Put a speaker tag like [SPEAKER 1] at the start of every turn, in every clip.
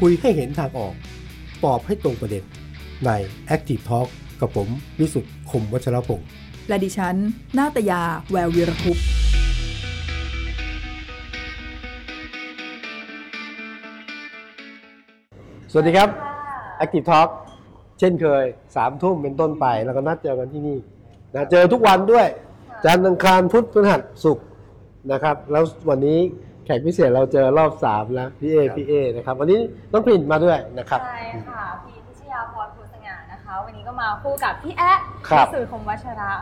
[SPEAKER 1] คุยให้เห็นทางออก ตอบให้ตรงประเด็น ใน Active Talk กับผมวิสุทธ์คมวัชรพงศ์
[SPEAKER 2] และดิฉัน นาตยา แวววีรคุปต์
[SPEAKER 1] สวัสดีครับ Active Talk เช่นเคย3ามทุ่มเป็นต้นไป แล้วก็นัดเจอกันที่นี่นะเจอทุกวันด้วย จันทร์อังคารพุธพฤหัสศุกร์นะครับ แล้ววันนี้แขกพิเศษเราเจอรอบ 3 แล้วพี่เอพี่เอนะครับ วันนี้น้องพรินมาด้วยนะครับ
[SPEAKER 3] ใช่ค่ะพีพิชยาพรภูสง่านะคะ วันนี้ก็มาคู่กับพี่แอ๊ะ
[SPEAKER 1] ครับ
[SPEAKER 3] พี่สื่อคมวัชระ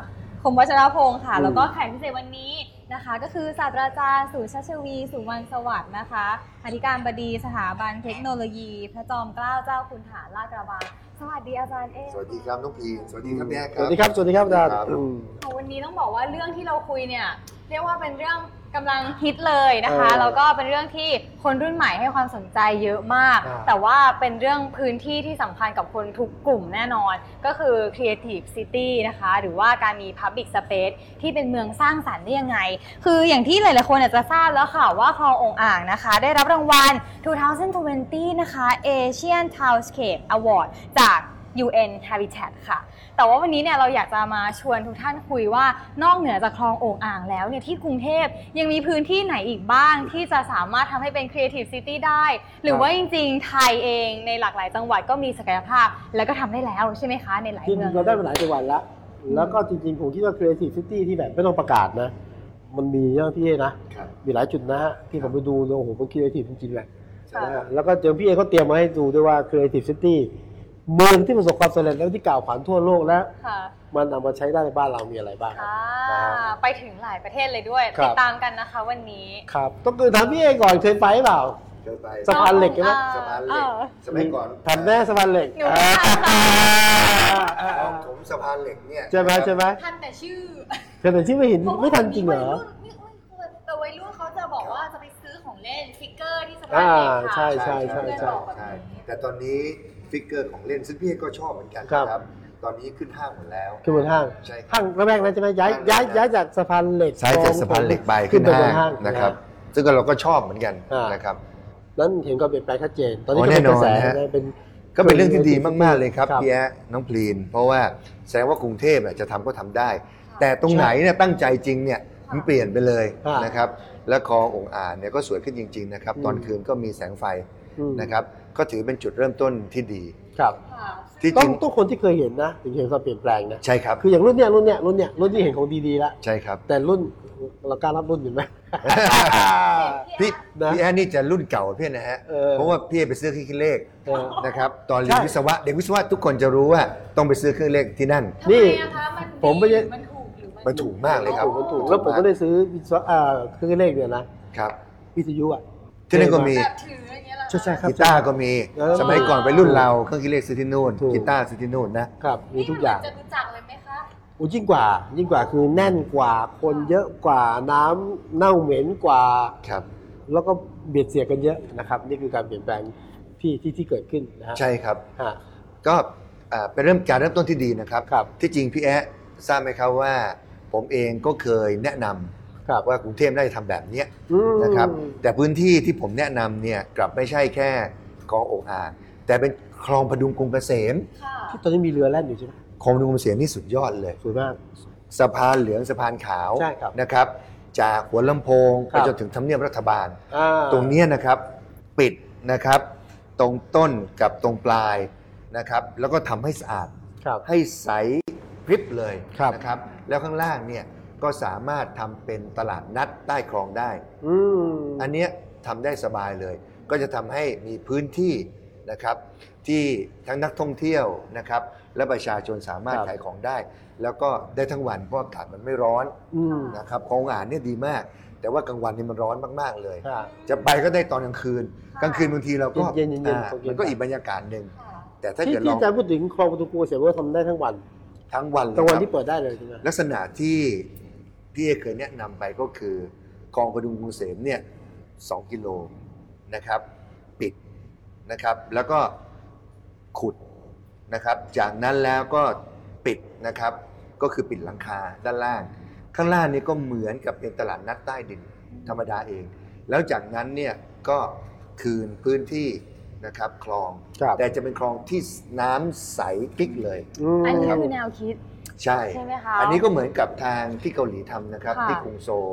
[SPEAKER 3] คมวัชรพงศ์ค่ะ
[SPEAKER 1] อืม
[SPEAKER 3] แล้วก็แขกพิเศษวันนี้นะคะ ก็คือศาสตราจารย์สุชาชวีสุวรรณสวัสดิ์นะคะอธิการบดีสถาบันเทคโนโลยี พระจอมเกล้าเจ้าคุณทหารลาดกระบังสวัสดีอาจารย์เอ๊ะ
[SPEAKER 4] สวัสดีครับน้องพีสวัสดีครับแม่ค
[SPEAKER 1] ส
[SPEAKER 4] รับ
[SPEAKER 1] วัสดีครับ สวัสดีครับอาจารย์
[SPEAKER 4] สวัสดีครับ
[SPEAKER 1] อืม
[SPEAKER 3] ค่ะวันนี้ต้องบอกว่าเรื่องที่เราคุยเนี่ยเรียกว่าเป็นเรื่องกำลังฮิตเลยนะคะ
[SPEAKER 1] เออ
[SPEAKER 3] แล้วก็เป็นเรื่องที่คนรุ่นใหม่ให้ความสนใจเยอะมาก
[SPEAKER 1] อ่า
[SPEAKER 3] แต่ว่าเป็นเรื่องพื้นที่ที่สำคัญกับคนทุกกลุ่มแน่นอน ก็คือ Creative City นะคะ หรือว่าการมี Public Space ที่เป็นเมืองสร้างสรรค์ได้ยังไง คืออย่างที่หลาย ๆ คนอาจจะทราบแล้วค่ะว่าคลององอ่างนะคะ ได้รับรางวัล 2020 นะคะ Asian Townscape Award จาก UN Habitat ค่ะ แต่ว่าวันนี้เนี่ยเราอยากจะมาชวนทุกท่านคุยว่านอกเหนือจากคลองโอ่งอ่างแล้วเนี่ยที่กรุงเทพยังมีพื้นที่ไหนอีกบ้างที่จะสามารถทำให้เป็น Creative City ได้ หรือว่าจริง ๆ ไทยเองในหลากหลายจังหวัดก็มีศักยภาพ แล้วก็ทำได้แล้วใช่ไหมคะในหลาย
[SPEAKER 1] ที่
[SPEAKER 3] เมือง
[SPEAKER 1] เราได้มาหลายจังหวัดแล้ว แล้วก็จริงๆ ผมคิดว่า Creative City ที่แบบไม่ต้องประกาศนะ มันมีเยอะพี่เอนะ
[SPEAKER 4] ครับ
[SPEAKER 1] มีหลายจุดนะฮะ ที่ผมไปดูเนี่ยโอ้โหมัน Creative จริงๆแหละ
[SPEAKER 3] ค่ะ
[SPEAKER 1] นะฮะแล้วก็เจอพี่เอเขาเตรียมมาให้ดูด้วยว่า Creative City เมืองที่ประสบความสำเร็จแล้วที่กล่าวขวัญทั่วโลกและ
[SPEAKER 3] ค่ะ
[SPEAKER 1] มันเอามาใช้ได้ในบ้านเรามีอะไรบ้างครับ
[SPEAKER 3] อ่า
[SPEAKER 1] ครับ
[SPEAKER 3] ไปถึงหลายประเทศเลยด้วย
[SPEAKER 1] ครับ
[SPEAKER 3] ติดตามกันนะคะวันนี้
[SPEAKER 1] ครับ ต้องคือถามพี่เอก่อนเคยไปเปล่า
[SPEAKER 4] เคยไป
[SPEAKER 1] สะพานเหล็กใช่ไหม
[SPEAKER 3] อ่
[SPEAKER 4] สะพานเห
[SPEAKER 3] อ
[SPEAKER 4] ล็ก
[SPEAKER 3] อ
[SPEAKER 4] สมัยก่อน
[SPEAKER 1] ทำแม่สะพานเหล็ก
[SPEAKER 3] หนูไม่ทำ
[SPEAKER 1] อ่าอ่า
[SPEAKER 4] คล
[SPEAKER 1] อ่า
[SPEAKER 4] องถมสะพานเหล็กเนี่ย
[SPEAKER 1] ใช่ไหมใช่ไหม
[SPEAKER 3] ทันแต่ชื่อ
[SPEAKER 1] เคยแต่ที่ไม่เห็นไม่ทันจริงเหรอ
[SPEAKER 3] นี่อุ๊ยคือแต่วัยรุ่นเขาจะบอกว่าจะไปซื้อของเล่นฟิกเกอร์ที่สะพาน
[SPEAKER 1] อ่า
[SPEAKER 3] เหล็กค่ะ
[SPEAKER 1] ใช่ใช่ใช่
[SPEAKER 3] เพื่อน
[SPEAKER 1] ใช่
[SPEAKER 3] บอกแบบนี้
[SPEAKER 4] แต่ตอนนี้ฟิกเกอร์ของเล่นซึ่งพี่ก็ชอบเหมือนกัน
[SPEAKER 1] ครับ
[SPEAKER 4] นะครับ ตอนนี้ขึ้นห้างหมดแล้ว
[SPEAKER 1] ขึ้นบนห้าง
[SPEAKER 4] ใช่ครับ
[SPEAKER 1] ห้างระแวกนั้นใช่ไหมย้ายย้ายย้ายจากสะพานเหล็ก
[SPEAKER 4] ใช้จา
[SPEAKER 1] ขอ
[SPEAKER 4] ก
[SPEAKER 1] ง
[SPEAKER 4] สะพานเหล็กไป
[SPEAKER 1] ขึ้
[SPEAKER 4] ขึ้
[SPEAKER 1] น
[SPEAKER 4] น
[SPEAKER 1] ไปบนห้า
[SPEAKER 4] ห้าง งนะครับ ซึ่งก็เราก็ชอบเหมือนกัน
[SPEAKER 1] อ่าน
[SPEAKER 4] นะครับ
[SPEAKER 1] นั้นเห็นก็เปลี่ยนแปลงชัดเจน ตอนนี้
[SPEAKER 4] โอ้
[SPEAKER 1] ก็เป็น
[SPEAKER 4] แน่น
[SPEAKER 1] ก
[SPEAKER 4] อ
[SPEAKER 1] ระ
[SPEAKER 4] น
[SPEAKER 1] แส
[SPEAKER 4] นะฮะ
[SPEAKER 1] นะเป็น
[SPEAKER 4] ก็เป็นเรื่องที่ดีมาก ๆ เลยครับ
[SPEAKER 1] ครับ
[SPEAKER 4] พี่แอะน้องพลีน เพราะว่าแสดงว่ากรุงเทพเนี่ยจะทำก็ทำได้
[SPEAKER 3] ค่ะ
[SPEAKER 4] แต่ตรงไหนเนี่ยตั้งใจจริงเนี่ยมันเปลี่ยนไปเลย
[SPEAKER 1] ค่ะ
[SPEAKER 4] นะครับ และคลององอ่างเนี่ยก็สวยขึ้นจริง ๆ นะครับ ตอนคืนก็มีแสงไฟ
[SPEAKER 1] อืม
[SPEAKER 4] นะครับก็ถือเป็นจุดเริ่มต้นที่ดี
[SPEAKER 1] ครับ
[SPEAKER 3] ค่ะ
[SPEAKER 4] ที่
[SPEAKER 1] ต้อง
[SPEAKER 4] จริง
[SPEAKER 1] ต้องคนที่เคยเห็นนะ ถึงเห็นความเปลี่ยนแปลงนะ
[SPEAKER 4] ใช่ครับ
[SPEAKER 1] คืออย่างรุ่นเนี้ยรุ่นเนี้ยรุ่นเนี้ยรุ่นที่เห็นของดีๆแล้ว
[SPEAKER 4] ใช่ ครับ
[SPEAKER 1] แต่รุ่นเรากล้ารับรุ่นอยู่ไหม
[SPEAKER 4] พี่
[SPEAKER 1] นะ
[SPEAKER 4] พี่แอนนี่จะรุ่นเก่าเพื่อนนะฮะ
[SPEAKER 1] ออ
[SPEAKER 4] เพราะว่าพี่แอนไปซื้อเครื่องคิดเลข
[SPEAKER 1] เออ
[SPEAKER 4] นะครับตอนเรียน
[SPEAKER 1] ใช่
[SPEAKER 4] วิศวะเด็กวิศวะทุกคนจะรู้ว่าต้องไปซื้อเครื่องเลขที่นั่น
[SPEAKER 3] ทำไมอะคะมันดี
[SPEAKER 1] ผมไม่ได้
[SPEAKER 3] มันถูกหรือมั
[SPEAKER 4] มันถูกมากเลยครับ
[SPEAKER 1] ผมก็ถูกแล้วผมก็ได้ซื้อวิศวะอ่าเครื่องเลขเนี่ยนะครับ วิทยุอ่ะ
[SPEAKER 4] ที่นั่นก็มี
[SPEAKER 3] แบบถืออย่างเงี้ยเหรอคะ
[SPEAKER 1] ใช่ใช่ ครับ
[SPEAKER 4] กีตาร์ก็มี
[SPEAKER 1] เออ
[SPEAKER 4] สมัยก่อนไปรุ่นเราเครื่องคิดเลขซื้อที่นู่น
[SPEAKER 1] ถูก
[SPEAKER 4] กีตาร์ซื้อที่นู่นนะครับ
[SPEAKER 1] มี
[SPEAKER 3] นี่
[SPEAKER 1] ทุกอย่าง
[SPEAKER 3] มันจะรู้จักเลยไหมคะ
[SPEAKER 1] โอ้ยิ่งกว่า ยิ่งกว่าคือแน่นกว่า คนเยอะกว่าน้ำเน่าเหม็นกว่า
[SPEAKER 4] ครับ
[SPEAKER 1] แล้วก็เบียดเสียดกันเยอะนะครับ นี่คือการเปลี่ยนแปลงที่ที่ที่เกิดขึ้นนะฮะ
[SPEAKER 4] ใช่ครับ
[SPEAKER 1] ฮะ
[SPEAKER 4] ก็อ่าเป็นเริ่มการเริ่มต้นที่ดีนะครับ
[SPEAKER 1] ครับ
[SPEAKER 4] ที่จริงพี่แอะทราบไหมครับว่า ผมเองก็เคยแนะนำ
[SPEAKER 1] ครับ
[SPEAKER 4] ว่ากรุงเทพน่าจะทำแบบเนี้ย
[SPEAKER 1] อืม
[SPEAKER 4] นะครับแต่พื้นที่ที่ผมแนะนำเนี่ยกลับไม่ใช่แค่คลององอ่างแต่เป็นคลองพดุงกรุงเกษม
[SPEAKER 3] ค่ะ
[SPEAKER 1] ที่ตอนนี้มีเรือแล่นอยู่ใช่ไหม
[SPEAKER 4] คลองพดุงกรุงเกษมนี่สุดยอดเลย
[SPEAKER 1] สวยมาก
[SPEAKER 4] สะพานเหลืองสะพานขาว
[SPEAKER 1] ใช่ครับ
[SPEAKER 4] นะครับ จากหัวลำโพง
[SPEAKER 1] ค
[SPEAKER 4] ไป
[SPEAKER 1] รับ
[SPEAKER 4] จนถึงทำเนียบรัฐบาล
[SPEAKER 1] อ่า
[SPEAKER 4] ตรงเนี้ยนะครับปิดนะครับ ตรงต้นกับตรงปลายนะครับ แล้วก็ทำให้สะอาด
[SPEAKER 1] ครับ
[SPEAKER 4] ให้ใสพริบเลย
[SPEAKER 1] ครับ
[SPEAKER 4] นะครับ แล้วข้างล่างเนี่ยก็สามารถทำเป็นตลาดนัดใต้คลองได้
[SPEAKER 1] อืม
[SPEAKER 4] อันเนี้ยทำได้สบายเลย ก็จะทำให้มีพื้นที่นะครับ ที่ทั้งนักท่องเที่ยวนะครับ และประชาชนสามารถขายของได้ แล้วก็ได้ทั้งวันเพราะอากาศมันไม่ร้อน
[SPEAKER 1] อืม
[SPEAKER 4] นะครับของอ่านเนี่ยดีมาก แต่ว่ากลางวันนี่มันร้อนมากๆเลย
[SPEAKER 1] ค่ะ
[SPEAKER 4] จะไปก็ได้ตอนกลางคืน กลางคืนบางทีเราก็
[SPEAKER 1] เย็นๆเย็นๆ
[SPEAKER 4] อ่า
[SPEAKER 1] ตกเย็น
[SPEAKER 4] มันก็อีกบรรยากาศหนึ่ง
[SPEAKER 3] ค่ะ
[SPEAKER 4] แต่ถ้า
[SPEAKER 1] ที่
[SPEAKER 4] เกิด
[SPEAKER 1] ที่
[SPEAKER 4] ลอง
[SPEAKER 1] อาจารย์พูดถึงคลองประตูกรุงเสียว่าทำได้ทั้งวัน
[SPEAKER 4] ทั้งวันเลย
[SPEAKER 1] ทั้งวัน
[SPEAKER 4] ครับ
[SPEAKER 1] ที่เปิดได้เลยใช่ไหม
[SPEAKER 4] ลักษณะที่พี่เอเคยแนะนำไปก็คือกองประดุงกรุงเสมเนี่ยสองกิโลนะครับ ปิดนะครับ แล้วก็ขุดนะครับ จากนั้นแล้วก็ปิดนะครับ ก็คือปิดหลังคาด้านล่าง ข้างล่างนี่ก็เหมือนกับเป็นตลาดนัดใต้ดินธรรมดาเอง แล้วจากนั้นเนี่ยก็คืนพื้นที่ นะครับคลอง
[SPEAKER 1] ครับ
[SPEAKER 4] แต่จะเป็นคลองที่น้ำใสกริกเลย
[SPEAKER 1] ม
[SPEAKER 3] อันนี้คือแนวคิด
[SPEAKER 4] ใช่
[SPEAKER 3] ใช่ไหมคะ
[SPEAKER 4] อันนี้ก็เหมือนกับทางที่เกาหลีทำนะครับ
[SPEAKER 3] ค่ะ
[SPEAKER 4] ที่กรุงโซล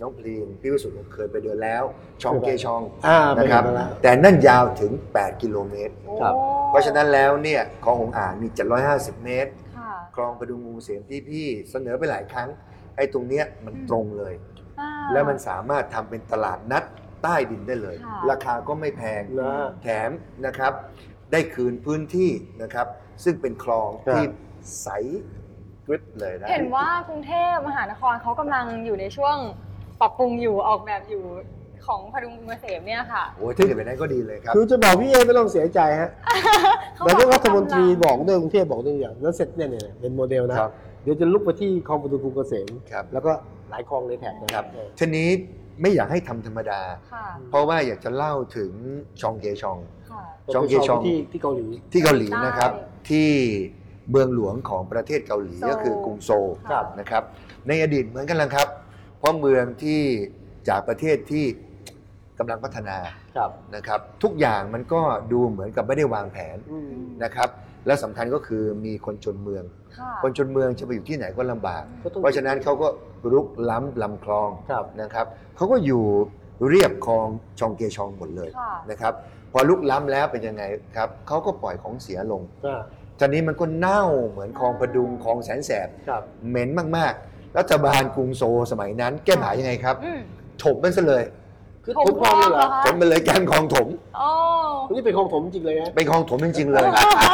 [SPEAKER 4] น้องพลีนพี่วิสุทธิ์เคยไปเดินแล้ว ชองเกชอง
[SPEAKER 1] อ่าไป
[SPEAKER 4] นะ
[SPEAKER 1] เดิน
[SPEAKER 4] ครับ
[SPEAKER 1] มาแล้ว
[SPEAKER 4] แต่นั่นยาวถึง 8 กิโลเมตร
[SPEAKER 3] โอ้
[SPEAKER 1] ครับ
[SPEAKER 4] เพราะฉะนั้นแล้วเนี่ยคลองหงอ่างมี 750 เมตร
[SPEAKER 3] ค่ะ
[SPEAKER 4] คลองประดุงงูเสียมที่พี่เสนอไปหลายครั้ง ไอ้ตรงเนี้ยมันตรงเลย
[SPEAKER 3] อ่า
[SPEAKER 4] แล้วมันสามารถทำเป็นตลาดนัดใต้ดินได้เลย
[SPEAKER 3] ค่ะ
[SPEAKER 4] ราคาก็ไม่แพง
[SPEAKER 1] นะฮะ
[SPEAKER 4] แถมนะครับได้คืนพื้นที่นะครับ ซึ่งเป็นคลอง
[SPEAKER 1] ครับ
[SPEAKER 4] ที่ใสกริบเลยนะ
[SPEAKER 3] เห็นว่ากรุงเทพมหานครเขากำลังอยู่ในช่วงปรับปรุงอยู่ออกแบบอยู่ของพดุงกรุงเกษมเนี่ยค่ะ
[SPEAKER 4] โอ้ยถ้าเกิดแบบนั้นก็ดีเลยครับ
[SPEAKER 1] คือจะบอกพี่เอไม่ต้องเสียใจฮะ
[SPEAKER 3] เขาบ
[SPEAKER 1] นา
[SPEAKER 3] อก
[SPEAKER 1] ยกรัฐมนตรี
[SPEAKER 3] กำลัง
[SPEAKER 1] บอกด้วยกรุงเทพบอกด้วยอย่างนั้นเสร็จเนี่ยเนี่ยเนี่ยเป็นโมเดลนะครับเดี๋ยวจะลุกไปที่คลองประตูกรุงเกษม
[SPEAKER 4] ครับ
[SPEAKER 1] แล้วก็หลายคลองเลยแถบนะครับ
[SPEAKER 4] ทีนี้ไม่อยากให้ทำธรรมดา
[SPEAKER 3] ค่ะ
[SPEAKER 4] เพราะว่าอยากจะเล่าถึงชองเกชอง
[SPEAKER 3] ค่ะ
[SPEAKER 1] เออ
[SPEAKER 4] ช่องเกชอง
[SPEAKER 1] ที่ที่เกาหลี
[SPEAKER 4] ที่เกาหลี
[SPEAKER 3] ใช่
[SPEAKER 4] นะครับ ที่เมืองหลวงของประเทศเกาหลี
[SPEAKER 3] โซล
[SPEAKER 4] ก็คือกรุงโซล
[SPEAKER 1] ครับ
[SPEAKER 4] นะครับ ในอดีตเหมือนกันแล้วครับ เพราะเมืองที่จากประเทศที่กำลังพัฒนา
[SPEAKER 1] ครับ
[SPEAKER 4] นะครับ ทุกอย่างมันก็ดูเหมือนกับไม่ได้วางแผน
[SPEAKER 1] อืม
[SPEAKER 4] นะครับและสำคัญก็คือมีคนจนเมือง
[SPEAKER 3] ค่ะ
[SPEAKER 4] คนจนเมืองจะไปอยู่ที่ไหนก็ลำบาก
[SPEAKER 1] ก็ต้อง
[SPEAKER 4] เพราะฉะนั้นเขาก็รุกล้ำลำคลอง
[SPEAKER 1] ครับ
[SPEAKER 4] นะครับเขาก็อยู่เรียบคลองชองเกชองหมดเลย
[SPEAKER 3] ค่ะ
[SPEAKER 4] นะครับพอลุกล้ำแล้วเป็นยังไงครับเขาก็ปล่อยของเสียลง
[SPEAKER 1] อ่า
[SPEAKER 4] ตอนนี้มันก็เน่าเหมือนคลองประดุงคลองแสนแสบ
[SPEAKER 1] ครับ
[SPEAKER 4] เหม็นมากๆ รัฐบาลกรุงโซลสมัยนั้น แก้ปัญหายังไงครับ
[SPEAKER 3] อืม
[SPEAKER 4] ถมมันซะเลย
[SPEAKER 1] คือ
[SPEAKER 3] ผ
[SPEAKER 1] ทุ
[SPEAKER 3] ม
[SPEAKER 1] กคลองเลยเหรอ
[SPEAKER 3] ว่า
[SPEAKER 4] ถมมันเลยแกนคลองถม
[SPEAKER 3] โอ้
[SPEAKER 1] นี่เป็นคลองถมจริงเลยฮะ
[SPEAKER 4] เป็นคลองถมจริงๆเลย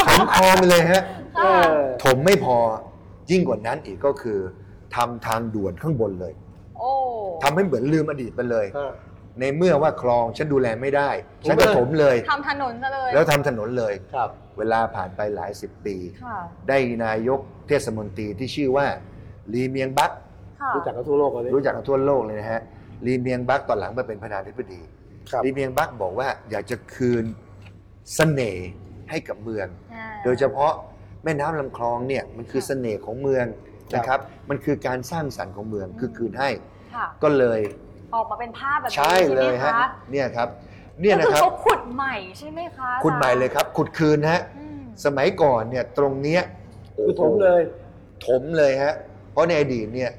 [SPEAKER 4] ถมคลองไปเลยฮะ
[SPEAKER 1] เอ
[SPEAKER 3] ค่ะ
[SPEAKER 1] อ
[SPEAKER 4] ถมไม่พอยิ่งกว่านั้นอีกก็คือทำทางด่วนข้างบนเลย
[SPEAKER 3] โอ้
[SPEAKER 4] ทำให้เหมือนลืมอดีตไปเลย ในเมื่อว่าคลองฉันดูแลไม่ได้ ฉันก็ถ
[SPEAKER 1] ถ
[SPEAKER 4] ม
[SPEAKER 1] ม
[SPEAKER 4] เล
[SPEAKER 1] เลย ย
[SPEAKER 3] ทำถนนซะเลย
[SPEAKER 4] แล้วทำถนนเลย
[SPEAKER 1] ครับ
[SPEAKER 4] เวลาผ่านไปหลายสิบปี
[SPEAKER 3] ค่ะ
[SPEAKER 4] ได้นายกเทศมนตรีที่ชื่อว่าลีเมียงบัก
[SPEAKER 3] ค่ะ
[SPEAKER 1] รู้จักกันทั่วโลกเลย
[SPEAKER 4] รู้จักกันทั่วโลกเลยนะฮะลีเมียงบักตอนหลังมาเป็นประธานาธิบดี
[SPEAKER 1] ครับ
[SPEAKER 4] ลีเมียงบักบอกว่าอยากจะคืนเสน่ห์ให้กับเมือง
[SPEAKER 3] อ่า
[SPEAKER 4] โดยเฉพาะแม่น้ำลำคลองเนี่ยมันคือ
[SPEAKER 3] ค่ะ
[SPEAKER 4] เสน่ห์ของเมืองนะครับ มันคือการสร้างสรรค์ของเมืองคือคืนให้
[SPEAKER 3] ค่ะ
[SPEAKER 4] ก็เลย
[SPEAKER 3] ออกมาเป็นภาพแบบนี้
[SPEAKER 4] ใช่เลย
[SPEAKER 3] ไหม
[SPEAKER 4] ฮะ
[SPEAKER 3] คะ
[SPEAKER 4] เนี่ยครับเนี่ยนะครับ
[SPEAKER 3] ก็อเขาขุดใหม่ใช่ไหมคะ
[SPEAKER 4] คุณใหม่เลยครับ ขุดคืนฮะ
[SPEAKER 3] อืม
[SPEAKER 4] สมัยก่อนเนี่ยตรงเนี้ย
[SPEAKER 1] คือถมเลย
[SPEAKER 4] ถมเลยฮะเพราะในอดีตเนี่ย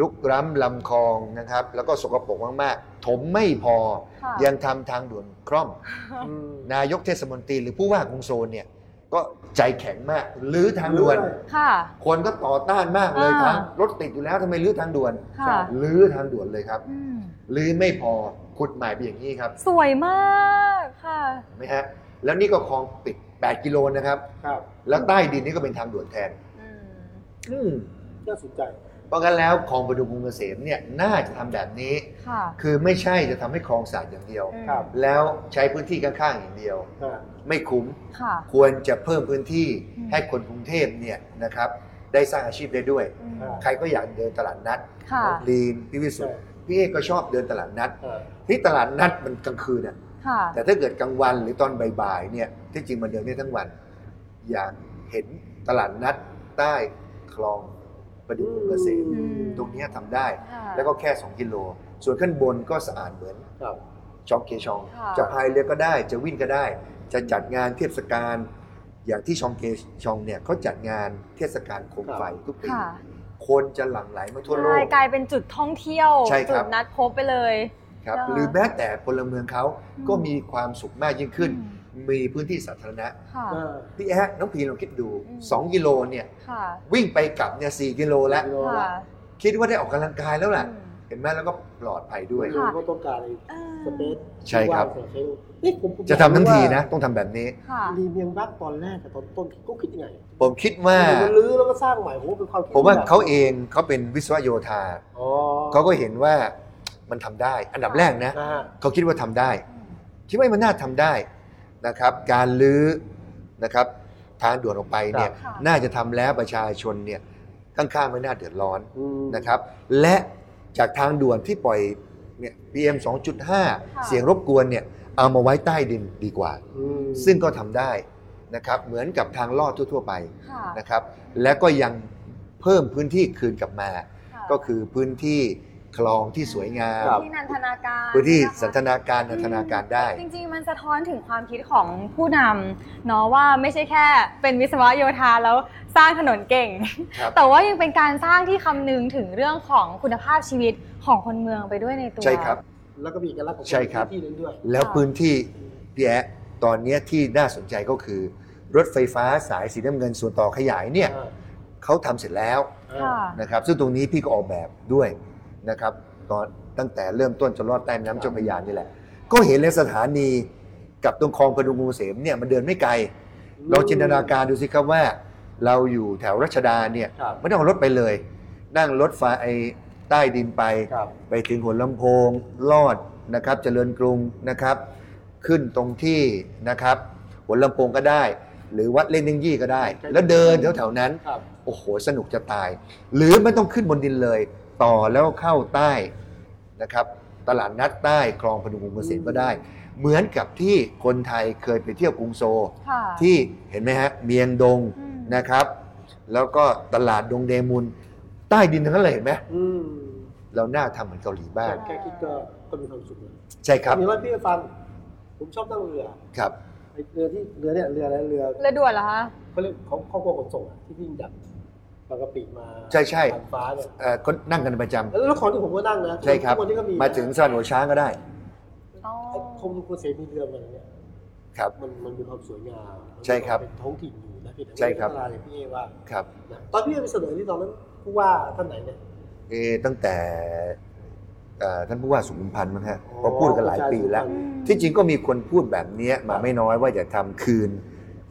[SPEAKER 4] ลุกร้ำลำคลองนะครับ แล้วก็สกปรกมากๆ ถมไม่พอ
[SPEAKER 3] ค่ะ
[SPEAKER 4] ยังทำทางด่วนคร่อม นายกเทศมนตรีหรือผู้ว่ากรุงโซลเนี่ยก็ใจแข็งมากรื้อทางด่วน
[SPEAKER 3] ค่ะ
[SPEAKER 4] คนก็ต่อต้านมากเลยครับ
[SPEAKER 3] อ่าร
[SPEAKER 4] ถติดอยู่แล้วทำไมลื้อทางด่วน
[SPEAKER 3] ค่ะ
[SPEAKER 4] ลื้อทางด่วนเลยครับ
[SPEAKER 3] อืม
[SPEAKER 4] ลื้อไม่พอขุดใหม่ไปอย่างนี้ครับ
[SPEAKER 3] สวยมากค่ะ
[SPEAKER 4] เห็นไหมฮะแล้วนี่ก็คลองปิด 8 กิโลนะครับ
[SPEAKER 1] ครับ
[SPEAKER 4] แล้วใต้ดินนี่ก็เป็นทางด่วนแทน
[SPEAKER 3] อืม
[SPEAKER 4] อืม
[SPEAKER 1] น่าสนใจ
[SPEAKER 4] เพราะงั้นแล้วคลองประดุงกรุงเกษมเนี่ยน่าจะทำแบบนี้
[SPEAKER 3] ค่ะ
[SPEAKER 4] คือไม่ใช่จะทำให้คลองสะอาดอย่างเดียว
[SPEAKER 3] อืม
[SPEAKER 1] ครับ
[SPEAKER 4] แล้วใช้พื้นที่ข้างๆอย่างเดียว
[SPEAKER 1] อ่า
[SPEAKER 4] ไม่คุ้ม
[SPEAKER 3] ค่ะ
[SPEAKER 4] ควรจะเพิ่มพื้นที่
[SPEAKER 3] อืม
[SPEAKER 4] ให้คนกรุงเทพเนี่ยนะครับ ได้สร้างอาชีพได้ด้วย
[SPEAKER 3] อืม
[SPEAKER 1] อ่า
[SPEAKER 4] ใครก็อยากเดินตลาดนัด
[SPEAKER 3] ค่ะ
[SPEAKER 4] น้องลีนพี่วิสุทธิ์พี่เอกก็ชอบเดินตลาดนัด
[SPEAKER 1] อ่า
[SPEAKER 4] ที่ตลาดนัดมันกลางคืนอ่ะ
[SPEAKER 3] ค่ะ
[SPEAKER 4] แต่ถ้าเกิดกลางวันหรือตอนบ่ายๆเนี่ยที่จริงมันเดินได้ทั้งวัน อยากเห็นตลาดนัดใต้คลองประดุงเกษม
[SPEAKER 1] อื
[SPEAKER 3] ม
[SPEAKER 4] ตรงเนี้ยทำได้
[SPEAKER 3] ค่ะ
[SPEAKER 4] แล้วก็แค่ 2 กิโล ส่วนข้างบนก็สะอาดเหมือน
[SPEAKER 1] ครับ
[SPEAKER 4] จองเคชอง
[SPEAKER 3] ค่ะ
[SPEAKER 4] จะพายเรือก็ได้จะวิ่งก็ได้ จะจัดงานเทศกาลอย่างที่ชองเคชองเนี่ยเขาจัดงานเทศกาลโคมไฟทุกปี
[SPEAKER 3] ค่ะ
[SPEAKER 4] คนจะหลั่งไหลมาทั่วโลก
[SPEAKER 3] ใช่กลายเป็นจุดท่องเที่ยว
[SPEAKER 4] ใช่ค
[SPEAKER 3] จุ
[SPEAKER 4] รับ
[SPEAKER 3] ดนัดพบไปเลย
[SPEAKER 4] ครับ
[SPEAKER 3] นะคะ
[SPEAKER 4] หรือแม้แต่พลเมืองเขา
[SPEAKER 3] อืม
[SPEAKER 4] ก็มีความสุขมากยิ่งขึ้น
[SPEAKER 3] อื
[SPEAKER 4] มีพื้นที่สาธารณะ
[SPEAKER 3] ค่ะ
[SPEAKER 1] อ่า
[SPEAKER 4] พี่แอ๊ะน้องพีลองคิดดู
[SPEAKER 3] อืม
[SPEAKER 4] 2 กิโลเนี่ย
[SPEAKER 3] ค่ะ
[SPEAKER 4] วิ่งไปกลับเนี่ยสกิโลแล้ว
[SPEAKER 1] โล
[SPEAKER 3] ค่ะ
[SPEAKER 1] ละ
[SPEAKER 4] คิดว่าได้ออกกำลังกายแล้วล่ะ
[SPEAKER 3] อืม
[SPEAKER 4] เห็นไหมแล้วก็ปลอดภัยด้วย
[SPEAKER 1] โลก็ต้องการไอ้
[SPEAKER 3] เออ
[SPEAKER 1] สเปซ
[SPEAKER 4] ใช่ครับ
[SPEAKER 1] ที่ว่างสำหใช้ลูกนี่ผมผม
[SPEAKER 4] จะทำทั้งทีนะ
[SPEAKER 1] อยาก
[SPEAKER 4] ต้องทำแบบนี้
[SPEAKER 3] ค่ะ
[SPEAKER 1] รู้ว่ารีเมียงบักตอนแรกกับตอนต้นก็คิดยังไง
[SPEAKER 4] ผมคิดว่า
[SPEAKER 1] มันลื้อแล้วก็สร้างใหม่ผมว่าเป็นความคิด
[SPEAKER 4] ผมว่า
[SPEAKER 1] แบบ
[SPEAKER 4] เขาเองเขาเป็นวิศวโยธา
[SPEAKER 1] อ๋อ
[SPEAKER 4] เขาก็เห็นว่ามันทำได้ อันดับแรกนะ
[SPEAKER 1] อ่า
[SPEAKER 4] เขาคิดว่าทำได้ คิดว่ามันน่าทำได้นะครับ การลื้อนะครับทางด่วนออกไปเนี่ย
[SPEAKER 1] ครับ
[SPEAKER 3] ค่ะ
[SPEAKER 4] น่าจะทำแล้วประชาชนเนี่ยข้างๆไม่น่าเดือดร้อน
[SPEAKER 1] อืม
[SPEAKER 4] นะครับ และจากทางด่วนที่ปล่อยเนี่ย PM 2.5 เสียงรบกวนเนี่ยเอามาไว้ใต้ดินดีกว่า
[SPEAKER 1] อืม
[SPEAKER 4] ซึ่งก็ทำได้นะครับ เหมือนกับทางลอดทั่ว ๆ ไป
[SPEAKER 3] ค่ะ
[SPEAKER 4] นะครับ และก็ยังเพิ่มพื้นที่คืนกลับมา
[SPEAKER 3] ค่ะ
[SPEAKER 4] ก็คือพื้นที่ คลองที่สวยงาม
[SPEAKER 1] ครับ
[SPEAKER 3] ที่นันทนาการ
[SPEAKER 4] พื้นที่สันท
[SPEAKER 3] ะคะ
[SPEAKER 4] นาการนันทนาการได้
[SPEAKER 3] จริงๆ มันสะท้อนถึงความคิดของผู้นำเนาะว่าไม่ใช่แค่เป็นวิศวะโยธาแล้วสร้างถนนเก่ง
[SPEAKER 4] ครับ
[SPEAKER 3] แต่ว่ายังเป็นการสร้างที่คำนึงถึงเรื่องของคุณภาพชีวิตของคนเมืองไปด้วยในตัว
[SPEAKER 4] ใช่ครับ
[SPEAKER 1] แล้วก็มีเอกลักษณ์ของ
[SPEAKER 4] ใช่ครับ
[SPEAKER 1] ที่นั้นด้วย
[SPEAKER 4] แล้ว
[SPEAKER 3] ค่ะ
[SPEAKER 4] พื้นที่พี่แอะตอนเนี้ยที่น่าสนใจก็คือ รถไฟฟ้าสายสีน้ำเงินส่วนต่อขยายเนี่ยเขาทำเสร็จแล้ว
[SPEAKER 3] ค่ะ
[SPEAKER 4] นะครับ ซึ่งตรงนี้พี่ก็ออกแบบด้วยนะครับตอนตั้งแต่เริ่มต้นจนรอดใต้น้ำเจ้าพระยานี่แหละ ก็เห็นเลยสถานีกับตรงคลองพดุงกรุงเกษมเนี่ยมันเดินไม่ไกล เราจินตนาการดูสิครับว่า เราอยู่แถวรัชดาเนี่ย
[SPEAKER 1] ครับ
[SPEAKER 4] ไม่ต้องเอารถไปเลย นั่งรถไฟใต้ดินไป
[SPEAKER 1] ครับ
[SPEAKER 4] ไปถึงหัวลำโพงลอดนะครับเจริญกรุงนะครับ ขึ้นตรงที่นะครับหัวลำโพงก็ได้ หรือวัดเล่นนิ่งยี่ก็ได้
[SPEAKER 1] ครับ
[SPEAKER 4] แล้วเดินแถวๆนั้น
[SPEAKER 1] ครับ
[SPEAKER 4] โอ้โห สนุกจะตาย หรือไม่ต้องขึ้นบนดินเลย ต่อแล้วเข้าใต้นะครับ ตลาดนัดใต้คลองพดุงกรุงเกษมก็ได้ เหมือนกับที่คนไทยเคยไปเที่ยวกรุงโซล
[SPEAKER 3] ค่ะ
[SPEAKER 4] ที่เห็นไหมฮะเมียงดง
[SPEAKER 3] อืม
[SPEAKER 4] นะครับ แล้วก็ตลาดดงเดมุนใต้ดินทั้งนั้นเลยเห็นไหม
[SPEAKER 1] อืม
[SPEAKER 4] เราน่าทำเหมือนเกาหลีบ้าง
[SPEAKER 1] แค่คิดก็ก็มีความสุขแล้ว
[SPEAKER 4] ใช่ครับ
[SPEAKER 1] มีว่าพี่ไปฟัง ผมชอบนั่งเรือ
[SPEAKER 4] ครับ
[SPEAKER 1] ไอ้เรือที่เรือเนี่ยเรืออะไรเรือ
[SPEAKER 3] และด่วนเหรอคะ
[SPEAKER 1] เขาเรียกของครอบครัวขนส่งอะที่วิ่งจากบางกะปิมา
[SPEAKER 4] ใช่ใช่
[SPEAKER 1] ผ่านฟ้าเนี่ย
[SPEAKER 4] เอ่อก็นั่งกันประจำ
[SPEAKER 1] แล้วของที่ผมก็นั่งนะ
[SPEAKER 4] ใช่ครับ
[SPEAKER 1] ทุกวันนี้ก็มี
[SPEAKER 4] มาถึงสะพานหัวช้างก็ได้
[SPEAKER 3] อ๋อ
[SPEAKER 1] ไอ้คมคุณเสมีเรือมันเนี่ย
[SPEAKER 4] ครับ
[SPEAKER 1] มันมันมีความสวยงาม
[SPEAKER 4] ใช่ครับ
[SPEAKER 1] มันเป็นท้องถิ่นอยู่นะพี่นะ
[SPEAKER 4] ใช่ครับ
[SPEAKER 1] พัฒนาอย่างพี่เอว่า
[SPEAKER 4] ครับ
[SPEAKER 1] นะตอนพี่เอไปเสนอที่ตอนนั้นผู้ว่าท่านไหนเนี่ย
[SPEAKER 4] เออตั้งแต่เอ่อท่านผู้ว่าสุขุมพันธ์มั้งฮะ
[SPEAKER 1] อ๋อ
[SPEAKER 4] เพราะพูดกันหลายปีแล้ว
[SPEAKER 1] อืม
[SPEAKER 4] ที่จริงก็มีคนพูดแบบเนี้ยมาไม่น้อยว่าจะทำคืน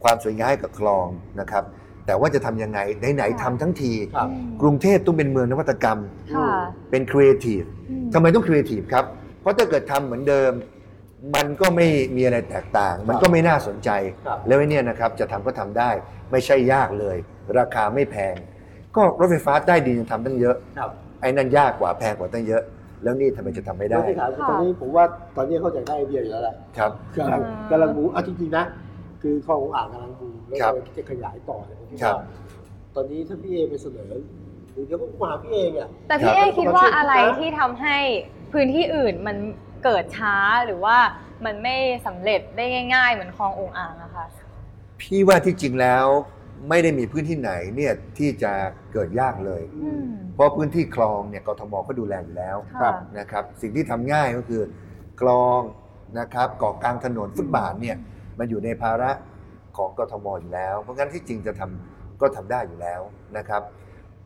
[SPEAKER 4] ความสวยงามให้กับคลองนะครับ แต่ว่าจะทำยังไง ไหน ๆทำทั้งที
[SPEAKER 1] ครับ
[SPEAKER 4] กรุงเทพต้องเป็นเมืองนวัตกรรม
[SPEAKER 3] ค่ะ
[SPEAKER 4] เป็นครีเอทีฟ
[SPEAKER 3] อืม
[SPEAKER 4] ทำไมต้องครีเอทีฟครับ เพราะถ้าเกิดทำเหมือนเดิม มันก็ไม่มีอะไรแตกต่าง มันก็ไม่น่าสนใจ
[SPEAKER 1] ครับ
[SPEAKER 4] แล้วไอ้เนี่ยนะครับจะทำก็ทำได้ไม่ใช่ยากเลย ราคาไม่แพง ก็รถไฟฟ้าใต้ดินยังทำตั้งเยอะ
[SPEAKER 1] ครับ
[SPEAKER 4] ไอ้นั่นยากกว่าแพงกว่าตั้งเยอะ แล้วนี่ทำไมจะทำไม่
[SPEAKER 1] แล้
[SPEAKER 4] ได้
[SPEAKER 1] วที่ถามตอนนี้ผมว่าตอนนี้เข้าใจได้ไอเดียอยู่แล้วแหละ
[SPEAKER 4] ครับ
[SPEAKER 1] ครับกำลังบูมเอาจริงๆนะ คือคลองอ่างกำลังบูมแล้ว
[SPEAKER 4] ครับ
[SPEAKER 1] เราจะขยายต่อเนี่ยผมคิด
[SPEAKER 4] ครั
[SPEAKER 1] ว่า
[SPEAKER 4] บ
[SPEAKER 1] ตอนนี้ถ้าพี่เอไปเสนอหรือเดี๋ยวก็มาหาพี่เอเนี่ย
[SPEAKER 3] แต่พี่
[SPEAKER 4] ครั
[SPEAKER 3] เอบ คิดว่าอะไรที่ทำให้พื้นที่อื่นมันเกิดช้าหรือว่ามันไม่สำเร็จได้ง่าย ๆ เหมือนคลององอ่างอะค่ะ
[SPEAKER 4] พี่ว่าที่จริงแล้วไม่ได้มีพื้นที่ไหนเนี่ยที่จะเกิดยากเลย
[SPEAKER 3] อืม
[SPEAKER 4] เพราะพื้นที่คลองเนี่ยกทมก็ดูแลอยู่แล้ว
[SPEAKER 1] ครั
[SPEAKER 3] ค่ะ
[SPEAKER 1] บ
[SPEAKER 4] นะครับสิ่งที่ทำง่ายก็คือคลองนะครับเกาะกลางถนนฟุตบาทเนี่ยมันอยู่ในภาระของกทมอยู่แล้ว เพราะงั้นที่จริงจะทำก็ทำได้อยู่แล้วนะครับ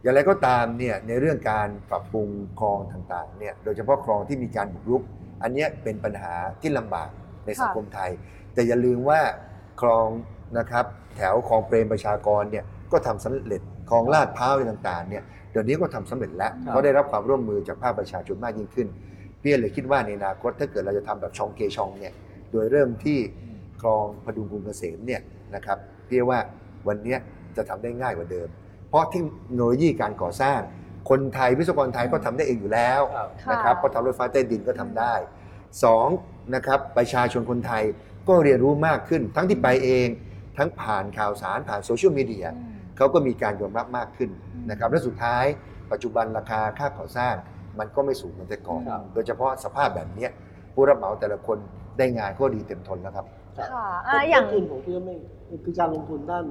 [SPEAKER 4] อย่างไรก็ตามเนี่ยในเรื่องการปรับปรุงคลองต่างๆเนี่ยโดยเฉพาะคลองที่มีการบุกรุก อันเนี้ยเป็นปัญหาที่ลำบากในสังคมไทย แต่อย่าลืมว่าคลองนะครับแถวคลองเปรมประชากรเนี่ยก็ทำสำเร็จคลองลาดพร้าวอะไรต่างๆเนี่ยเดี๋ยวนี้ก็ทำสำเร็จแล้ว
[SPEAKER 1] ครับ
[SPEAKER 4] เขาได้รับความร่วมมือจากภาคประชาชนมากยิ่งขึ้น พี่เลยคิดว่าในอนาคตถ้าเกิดเราจะทำแบบชองเกชองเนี่ยโดยเริ่มที่คลองพดุงกรุงเกษมเนี่ยนะครับพี่ว่าวันเนี้ยจะทำได้ง่ายกว่าเดิม เพราะเทคโนโลยีการก่อสร้าง คนไทยวิศวกรไทยก็ทำได้เองอยู่แล้ว
[SPEAKER 1] ครับ
[SPEAKER 3] ค่ะ
[SPEAKER 4] นะครับก็ทำรถไฟฟ้าใต้ดินก็ทำได้สองนะครับประชาชนคนไทยก็เรียนรู้มากขึ้น ทั้งที่ไปเอง ทั้งผ่านข่าวสารผ่านโซเชียลมีเดีย
[SPEAKER 3] อืม
[SPEAKER 4] เขาก็มีการยอมรับมากขึ้นนะครับและสุดท้าย ปัจจุบันราคาค่าก่อสร้างมันก็ไม่สูงเหมือนแต่ก่อน
[SPEAKER 1] ครับ
[SPEAKER 4] โดยเฉพาะสภาพแบบเนี้ยผู้รับเหมาแต่ละคนได้งานก็ดีเต็มทนแล้วครับ
[SPEAKER 3] ค่ะอ่ะอย่าง
[SPEAKER 1] ต้นทุนผมคิดว่าไม่คือการลงทุนด้าน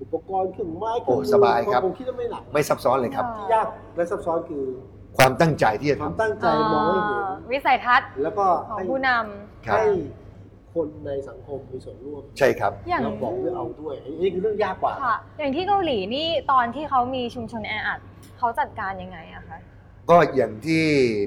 [SPEAKER 1] อุปกรณ์เครื่องไม้เค
[SPEAKER 4] โอ้
[SPEAKER 1] รื่องมื
[SPEAKER 4] สบายครับ
[SPEAKER 1] ผมคิดว่าไม่หนัก
[SPEAKER 4] ไม่ซับซ้อนเลยครับ
[SPEAKER 3] ค่ะ
[SPEAKER 1] ที่ยากและซับซ้อนคือ
[SPEAKER 4] ความตั้งใจที่จะ
[SPEAKER 1] ความ
[SPEAKER 4] ทำ
[SPEAKER 1] ตั้งใจมองให้เห็น
[SPEAKER 3] อ่าวิสัยทัศน์
[SPEAKER 1] แล้วก็
[SPEAKER 3] ของ
[SPEAKER 1] ให้
[SPEAKER 3] ผู้นำ
[SPEAKER 4] ครับ
[SPEAKER 1] ให้คนในสังคมมีส่วนร่วม
[SPEAKER 4] ใช่ครับ
[SPEAKER 3] อย่าง
[SPEAKER 1] เราบอกด้วยเอาด้วยอันนี่คือเรื่องยากกว่า
[SPEAKER 3] ค่ะ อย่างที่เกาหลีนี่ตอนที่เขามีชุมชนแออัดเขาจัดการยังไงอะคะ
[SPEAKER 4] ก็อย่างที่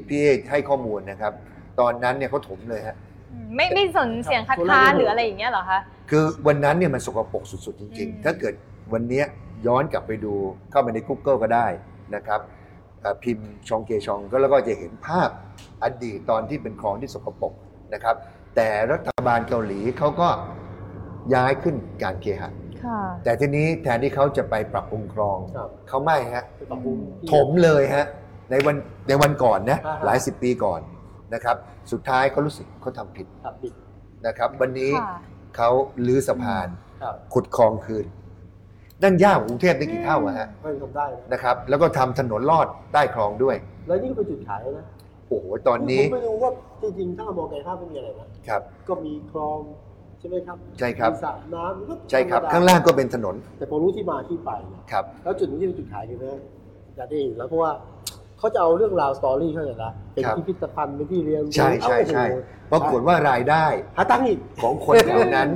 [SPEAKER 4] พี่เอกให้ข้อมูลนะครับ ตอนนั้นเนี่ยเขาถมเลยฮะ
[SPEAKER 3] อืมไม่ไม่สนเสียงคัด
[SPEAKER 1] คนละ
[SPEAKER 3] ค้าน
[SPEAKER 1] เรื่อง
[SPEAKER 3] หรืออะไรอย่างเงี้ยเหรอคะ
[SPEAKER 4] คือวันนั้นเนี่ยมันสกปรกสุด ๆ จริง
[SPEAKER 3] อืม
[SPEAKER 4] ๆ ถ้าเกิดวันเนี้ยย้อนกลับไปดูเข้าไปใน Google ก็ได้นะครับเอ่อพิมพ์ชองเกชองก็แล้วก็จะเห็นภาพอดีตตอนที่เป็นคลองที่สกปรกนะครับ แต่รัฐบาลเกาหลีเขาก็ย้ายขึ้นการเคหะ
[SPEAKER 3] ค่ะ
[SPEAKER 4] แต่ทีนี้แทนที่เขาจะไปปรับปรุงคลอง
[SPEAKER 1] ครับ
[SPEAKER 4] เขาไม่ฮะ
[SPEAKER 1] ไปปรับปรุง
[SPEAKER 4] ถมเลยฮะในวันในวันก่อนนะ
[SPEAKER 1] อ่าฮะ
[SPEAKER 4] หลายสิบปีก่อนนะครับ สุดท้ายเขารู้สึกเขาทำผิด
[SPEAKER 1] ครับบิด
[SPEAKER 4] นะครับ วันนี้
[SPEAKER 3] ค่ะ
[SPEAKER 4] เขาลื้อสะพาน
[SPEAKER 1] ครับ
[SPEAKER 4] ขุดคลองคืน นั่นยากกว่ากรุงเทพได้กี่เท่าอะฮะ
[SPEAKER 1] มันทำได้นะ
[SPEAKER 4] นะครับ แล้วก็ทำถนนลอดใต้คลองด้วย
[SPEAKER 1] แล้วนี่ก็เป็นจุดขายแล้วนะ
[SPEAKER 4] โอ้โหตอนนี้
[SPEAKER 1] ผมไปดูว่าจริงๆถ้าเรามองไกลภาพไม่มีอะไรนะครับ ก็มีคลองใช่ไหมครับ
[SPEAKER 4] ใช่ครับ
[SPEAKER 1] มีสระน้ำมันก็
[SPEAKER 4] ใช่ครับ
[SPEAKER 1] ธมด
[SPEAKER 4] ข้างล่างก็เป็นถนน
[SPEAKER 1] แต่พอรู้ที่มาที่ไปเนี่ย
[SPEAKER 4] ครับ
[SPEAKER 1] แล้วจุดนี้ที่เป็นจุดขายคือนะอยากได้เห็นแล้วเพราะว่าเขาจะเอาเรื่องราวสตอรี่เข้าใจละเป็น
[SPEAKER 4] ครับ
[SPEAKER 1] พิพิธภัณฑ์เป็นที่เรียนรู้
[SPEAKER 4] ใช่ใช่
[SPEAKER 1] เอ้าโอ้โห
[SPEAKER 4] ใช่ปรากฏว่ารายได้
[SPEAKER 1] หาตังค์อีก
[SPEAKER 4] ของคนแถวนั้น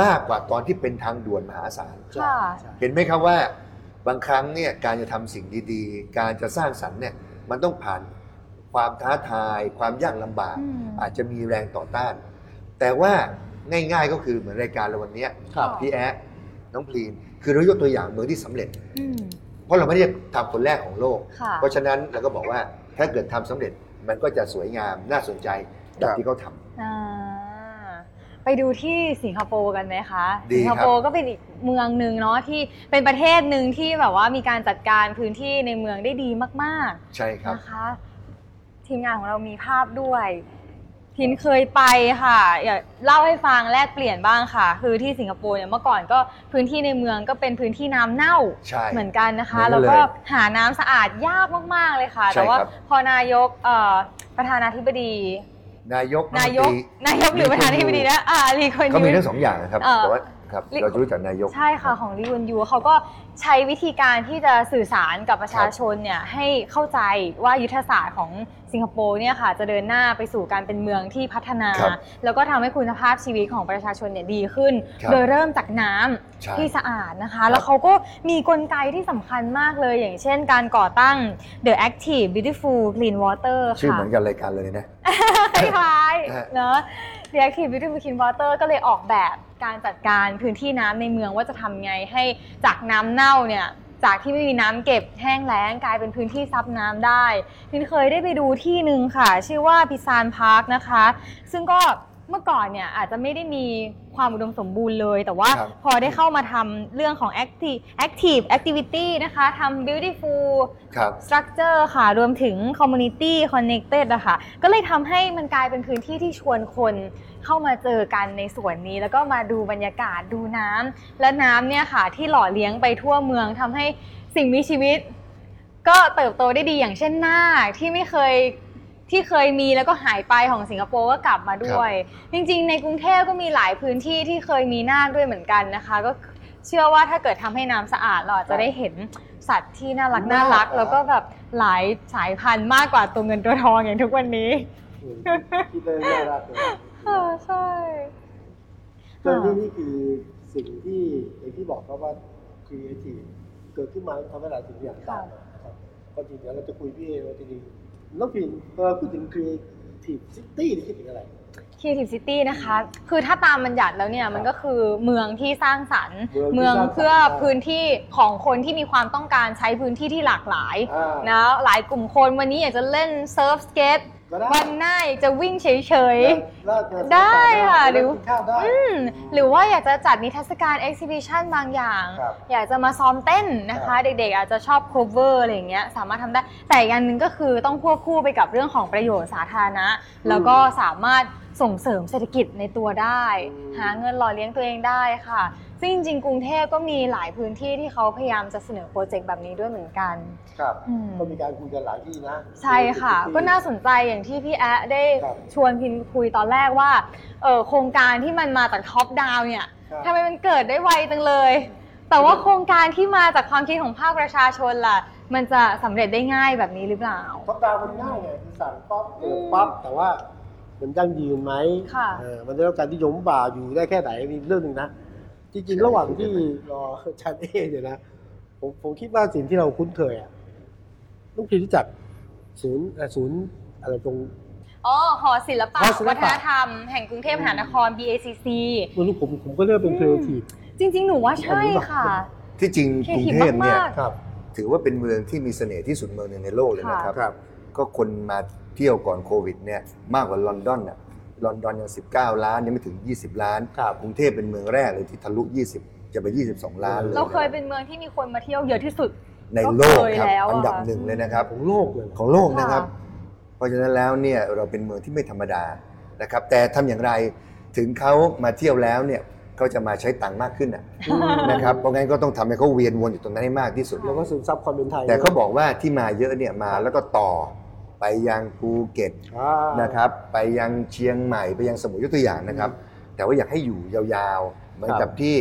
[SPEAKER 4] มากกว่าตอนที่เป็นทางด่วนมหาศาล
[SPEAKER 1] ใช่ใช่
[SPEAKER 4] เห็นไหมครับว่าบางครั้งเนี่ยการจะทำสิ่งดีๆ การจะสร้างสรรค์เนี่ยมันต้องผ่านความท้าทาย ความยากลำบาก
[SPEAKER 3] อืม
[SPEAKER 4] อาจจะมีแรงต่อต้าน แต่ว่าง่ายๆก็คือเหมือนรายการเราวันเนี้ย
[SPEAKER 1] ครับ
[SPEAKER 4] พี่แอ๊ะน้องพลีนคือเรายกตัวอย่างเมืองที่สำเร็จ
[SPEAKER 3] อืม
[SPEAKER 4] เพราะเราไม่ได้ทำคนแรกของโลก
[SPEAKER 3] ค่ะ
[SPEAKER 4] เพราะฉะนั้นเราก็บอกว่าถ้าเกิดทำสำเร็จมันก็จะสวยงามน่าสนใจแบบที่เขาทำ
[SPEAKER 3] อ่าไปดูที่สิงคโปร์กันไหมคะ
[SPEAKER 4] ดีครับ
[SPEAKER 3] สิงคโปร์ก็เป็นอีกเมืองหนึ่งเนาะที่เป็นประเทศหนึ่งที่แบบว่ามีการจัดการพื้นที่ในเมืองได้ดีมาก
[SPEAKER 4] ใช่ค
[SPEAKER 3] ๆ
[SPEAKER 4] รับ
[SPEAKER 3] นะคะ ทีมงานของเรามีภาพด้วยพินเคยไปค่ะอย่าเล่าให้ฟังแลกเปลี่ยนบ้างค่ะ คือที่สิงคโปร์เนี่ยเมื่อก่อนก็พื้นที่ในเมืองก็เป็นพื้นที่น้ำเน่า
[SPEAKER 4] ใช่
[SPEAKER 3] เหมือนกันนะคะ
[SPEAKER 4] เหมือนกัน
[SPEAKER 3] แล้วก็หาน้ำสะอาดยากมากๆเลยค่ะ
[SPEAKER 4] ใช่
[SPEAKER 3] แต่ว่า
[SPEAKER 4] ครับ
[SPEAKER 3] พอนายกเอ่อประธานาธิบดี
[SPEAKER 4] นายกรัฐม
[SPEAKER 3] นาน ย
[SPEAKER 4] ต
[SPEAKER 3] ก
[SPEAKER 4] รี
[SPEAKER 3] นายกหรือประธานาธิบดีนะอ่าลีคอน
[SPEAKER 4] ก็
[SPEAKER 3] ยู
[SPEAKER 4] มีทั้งสองอย่างนะครับ
[SPEAKER 3] เอ่อ
[SPEAKER 4] แต่ว่าครับ
[SPEAKER 3] ลิ
[SPEAKER 4] เราจะรู้จักนายก
[SPEAKER 3] ใช่ค่ะ ของลีคอนยูเขาก็ใช้วิธีการที่จะสื่อสารกับประชาชนเนี่ยให้เข้าใจว่ายุทธศาสตร์ของสิงคโปร์เนี่ยค่ะ จะเดินหน้าไปสู่การเป็นเมืองที่พัฒนา
[SPEAKER 4] ครับ
[SPEAKER 3] แล้วก็ทำให้คุณภาพชีวิตของประชาชนเนี่ยดีขึ้น
[SPEAKER 4] ครับ
[SPEAKER 3] โดยเริ่มจากน้ำ
[SPEAKER 4] ใช่
[SPEAKER 3] ที่สะอาดนะคะ แล้วเขาก็มีกลไกที่สำคัญมากเลย อย่างเช่นการก่อตั้ง The Active Beautiful Clean Water
[SPEAKER 4] ชื่อ
[SPEAKER 3] ค่ะ
[SPEAKER 4] เหมือนกันรายการเลยนะ
[SPEAKER 3] คล้าย
[SPEAKER 4] ฮะ
[SPEAKER 3] ๆเนอะ The Active Beautiful Clean Water ก็เลยออกแบบการจัดการพื้นที่น้ำในเมืองว่าจะทำไงให้จากน้ำเน่าเนี่ย จากที่ไม่มีน้ำเก็บแห้งแล้งกลายเป็นพื้นที่ซับน้ำได้ทินเคยได้ไปดูที่หนึ่งค่ะ ชื่อว่าพิซานพาร์คนะคะ ซึ่งก็เมื่อก่อนเนี่ยอาจจะไม่ได้มีความอุดมสมบูรณ์เลย แต่ว่า
[SPEAKER 4] ครับ
[SPEAKER 3] พอได้เข้ามาทำเรื่องของ active active activity นะคะทำ beautiful
[SPEAKER 4] ครับ
[SPEAKER 3] structure ค่ะ รวมถึง community connected นะคะก็เลยทำให้มันกลายเป็นพื้นที่ที่ชวนคนเข้ามาเจอกันในส่วนนี้ แล้วก็มาดูบรรยากาศดูน้ำและน้ำเนี่ยค่ะที่หล่อเลี้ยงไปทั่วเมืองทำให้สิ่งมีชีวิต ก็เติบโตได้ดีอย่างเช่นหน้าที่ไม่เคยที่เคยมีแล้วก็หายไปของสิงคโปร์ก็กลับมาด้วย จริงๆ ในกรุงเทพก็มีหลายพื้นที่ที่เคยมีหน้าด้วยเหมือนกันนะคะ ก็เชื่อว่าถ้าเกิดทำให้น้ำสะอาดเราอาจจะได้เห็นสัตว์ที่น่ารักน่ารัก แล้วก็แบบหลายสายพันธุ์มากกว่าตัวเงินตัวทองอย่างทุกวันนี้
[SPEAKER 1] อืมคิดได้น่ารักเลย
[SPEAKER 3] ค่ะใช่
[SPEAKER 1] ตอนนี้นี่คือสิ่งที่อย่างที่บอกครับว่าครีเอทีฟเกิดขึ้นมาทำให้หลายสิ่งอย่างต่างนะครับก็จริงๆแล้วเราจะคุยพี่เอว่าจริงๆน้องพินเวลาพูดถึงครีเอทีฟซิตี้นี่คิดถึงอะไร
[SPEAKER 3] Creative City นะคะ คือถ้าตามบัญญัติแล้วเนี่ยมันก็คือเมืองที่สร้างสรรค์
[SPEAKER 1] เมื
[SPEAKER 3] เมือ
[SPEAKER 1] อง งที่สร้างสรรค์
[SPEAKER 3] เพื่อพื้นที่ของคนที่มีความต้องการใช้พื้นที่ที่หลากหลาย
[SPEAKER 1] อ่า
[SPEAKER 3] นะหลายกลุ่มคนวันนี้อยากจะเล่นเซิร์ฟสเก็ต
[SPEAKER 1] ก็ได้
[SPEAKER 3] วันหน้าอยากจะวิ่งเฉย
[SPEAKER 1] ราชการ
[SPEAKER 3] ได้ค่ะ
[SPEAKER 1] ได้
[SPEAKER 3] หรือ
[SPEAKER 1] กินข้าวได้
[SPEAKER 3] ๆอืมหรือว่าอยากจะจัดนิทรรศการ exhibition บางอย่าง
[SPEAKER 1] ครับ
[SPEAKER 3] อยากจะมาซ้อมเต้นนะ
[SPEAKER 1] ครั
[SPEAKER 3] คะ
[SPEAKER 1] บ
[SPEAKER 3] เด็กๆ อาจจะชอบ cover อะไรอย่างเงี้ยสามารถทำได้ แต่อีกอันหนึ่งก็คือต้องควบคู่ไปกับเรื่องของประโยชน์สาธารณะ แล้วก็สามารถส่งเสริมเศรษฐกิจในตัวได้ หาเงินหล่อเลี้ยงตัวเองได้ค่ะ ซึ่งจริงๆ กรุงเทพก็มีหลายพื้นที่ที่เขาพยายามจะเสนอโปรเจกต์แบบนี้ด้วยเหมือนกัน
[SPEAKER 1] ครับ
[SPEAKER 3] อืม
[SPEAKER 1] ก็มีการคุยกันหลายที่นะ
[SPEAKER 3] ใช่ค่ะ ก็น่าสนใจอย่างที่พี่แอะได้
[SPEAKER 1] ครับ
[SPEAKER 3] ชวนพินคุยตอนแรกว่าเอ่อโครงการที่มันมาจากท็อปดาวเนี่ย
[SPEAKER 1] ครับ
[SPEAKER 3] ทำไมมันเกิดได้ไวจังเลย แต่ว่าโครงการที่มาจากความคิดของภาคประชาชนล่ะ มันจะสำเร็จได้ง่ายแบบนี้หรือเปล่า
[SPEAKER 1] ท็อปดาวน์มันง่ายไงคือสั่งป๊อปเปิดป๊อปแต่ว่ามันยั่งยืนไหม
[SPEAKER 3] ค่ะ
[SPEAKER 1] เออมันได้รับการที่ยมบ่าอยู่ได้แค่ไหนนี่เรื่องหนึ่งนะ จริงๆ ระหว่างที่รออาจารย์เอเนี่ยนะผมผมคิดว่าสิ่งที่เราคุ้นเคยอ่ะลูกทีรู้จักศูนย์เอ่อศูนย์อะไรตรง
[SPEAKER 3] อ๋อหอศิลปะ
[SPEAKER 1] หอศิลปะ
[SPEAKER 3] วัฒนธรรม แห่งกรุงเทพมหานคร BACC
[SPEAKER 1] ไม่รู้ผมผมก็เรียกเป็นครีเอทีฟ
[SPEAKER 3] จริง ๆ หนูว่าใช่ค่ะ
[SPEAKER 4] ที่จริงกรุงเทพเนี่ย
[SPEAKER 3] เท่มาก
[SPEAKER 1] ครับ
[SPEAKER 4] ถือว่าเป็นเมืองที่มีเสน่ห์ที่สุดเมืองหนึ่งในโลกเลยนะครั
[SPEAKER 1] ครับ
[SPEAKER 4] ก็คนมาเที่ยวก่อนโควิดเนี่ยมากกว่าลอนดอนน่ะลอนดอนยัง 19 ล้านยังไม่ถึง 20 ล้าน
[SPEAKER 1] ครับ
[SPEAKER 4] กรุงเทพเป็นเมืองแรกเลยที่ทะลุ 20 จะไป 22 ล้านล
[SPEAKER 3] เราเคยเป็นเมืองที่มีคนมาเที่ยวเยอะที่สุด
[SPEAKER 4] ในโลกครับ
[SPEAKER 3] เราเคยแล้วอะ
[SPEAKER 4] อันดับหนึ่งเลยนะครับ
[SPEAKER 1] ของโลกเลย
[SPEAKER 4] ของโลกนะครับ เพราะฉะนั้นแล้วเนี่ยเราเป็นเมืองที่ไม่ธรรมดานะครับ แต่ทำอย่างไรถึงเขามาเที่ยวแล้วเนี่ย เขาจะมาใช้ตังค์มากขึ้นน่ะนะครับเพราะงั้นก็ต้องทำให้เขาเวียนวนอยู่ตรงนั้นให้มากที่สุด
[SPEAKER 1] เราก็ซึมซับความเป็นไทย
[SPEAKER 4] แต่เขาบอกว่าที่มาเยอะเนี่ยมาแล้วก็ต่อไปยังภูเก็ต
[SPEAKER 1] อ่า
[SPEAKER 4] นะครับ ไปยังเชียงใหม่ไปยังสมุยยกตัวอย่างนะครับ แต่ว่าอยากให้อยู่ยาวๆ เหมือน
[SPEAKER 1] ครั
[SPEAKER 4] กับบ ที่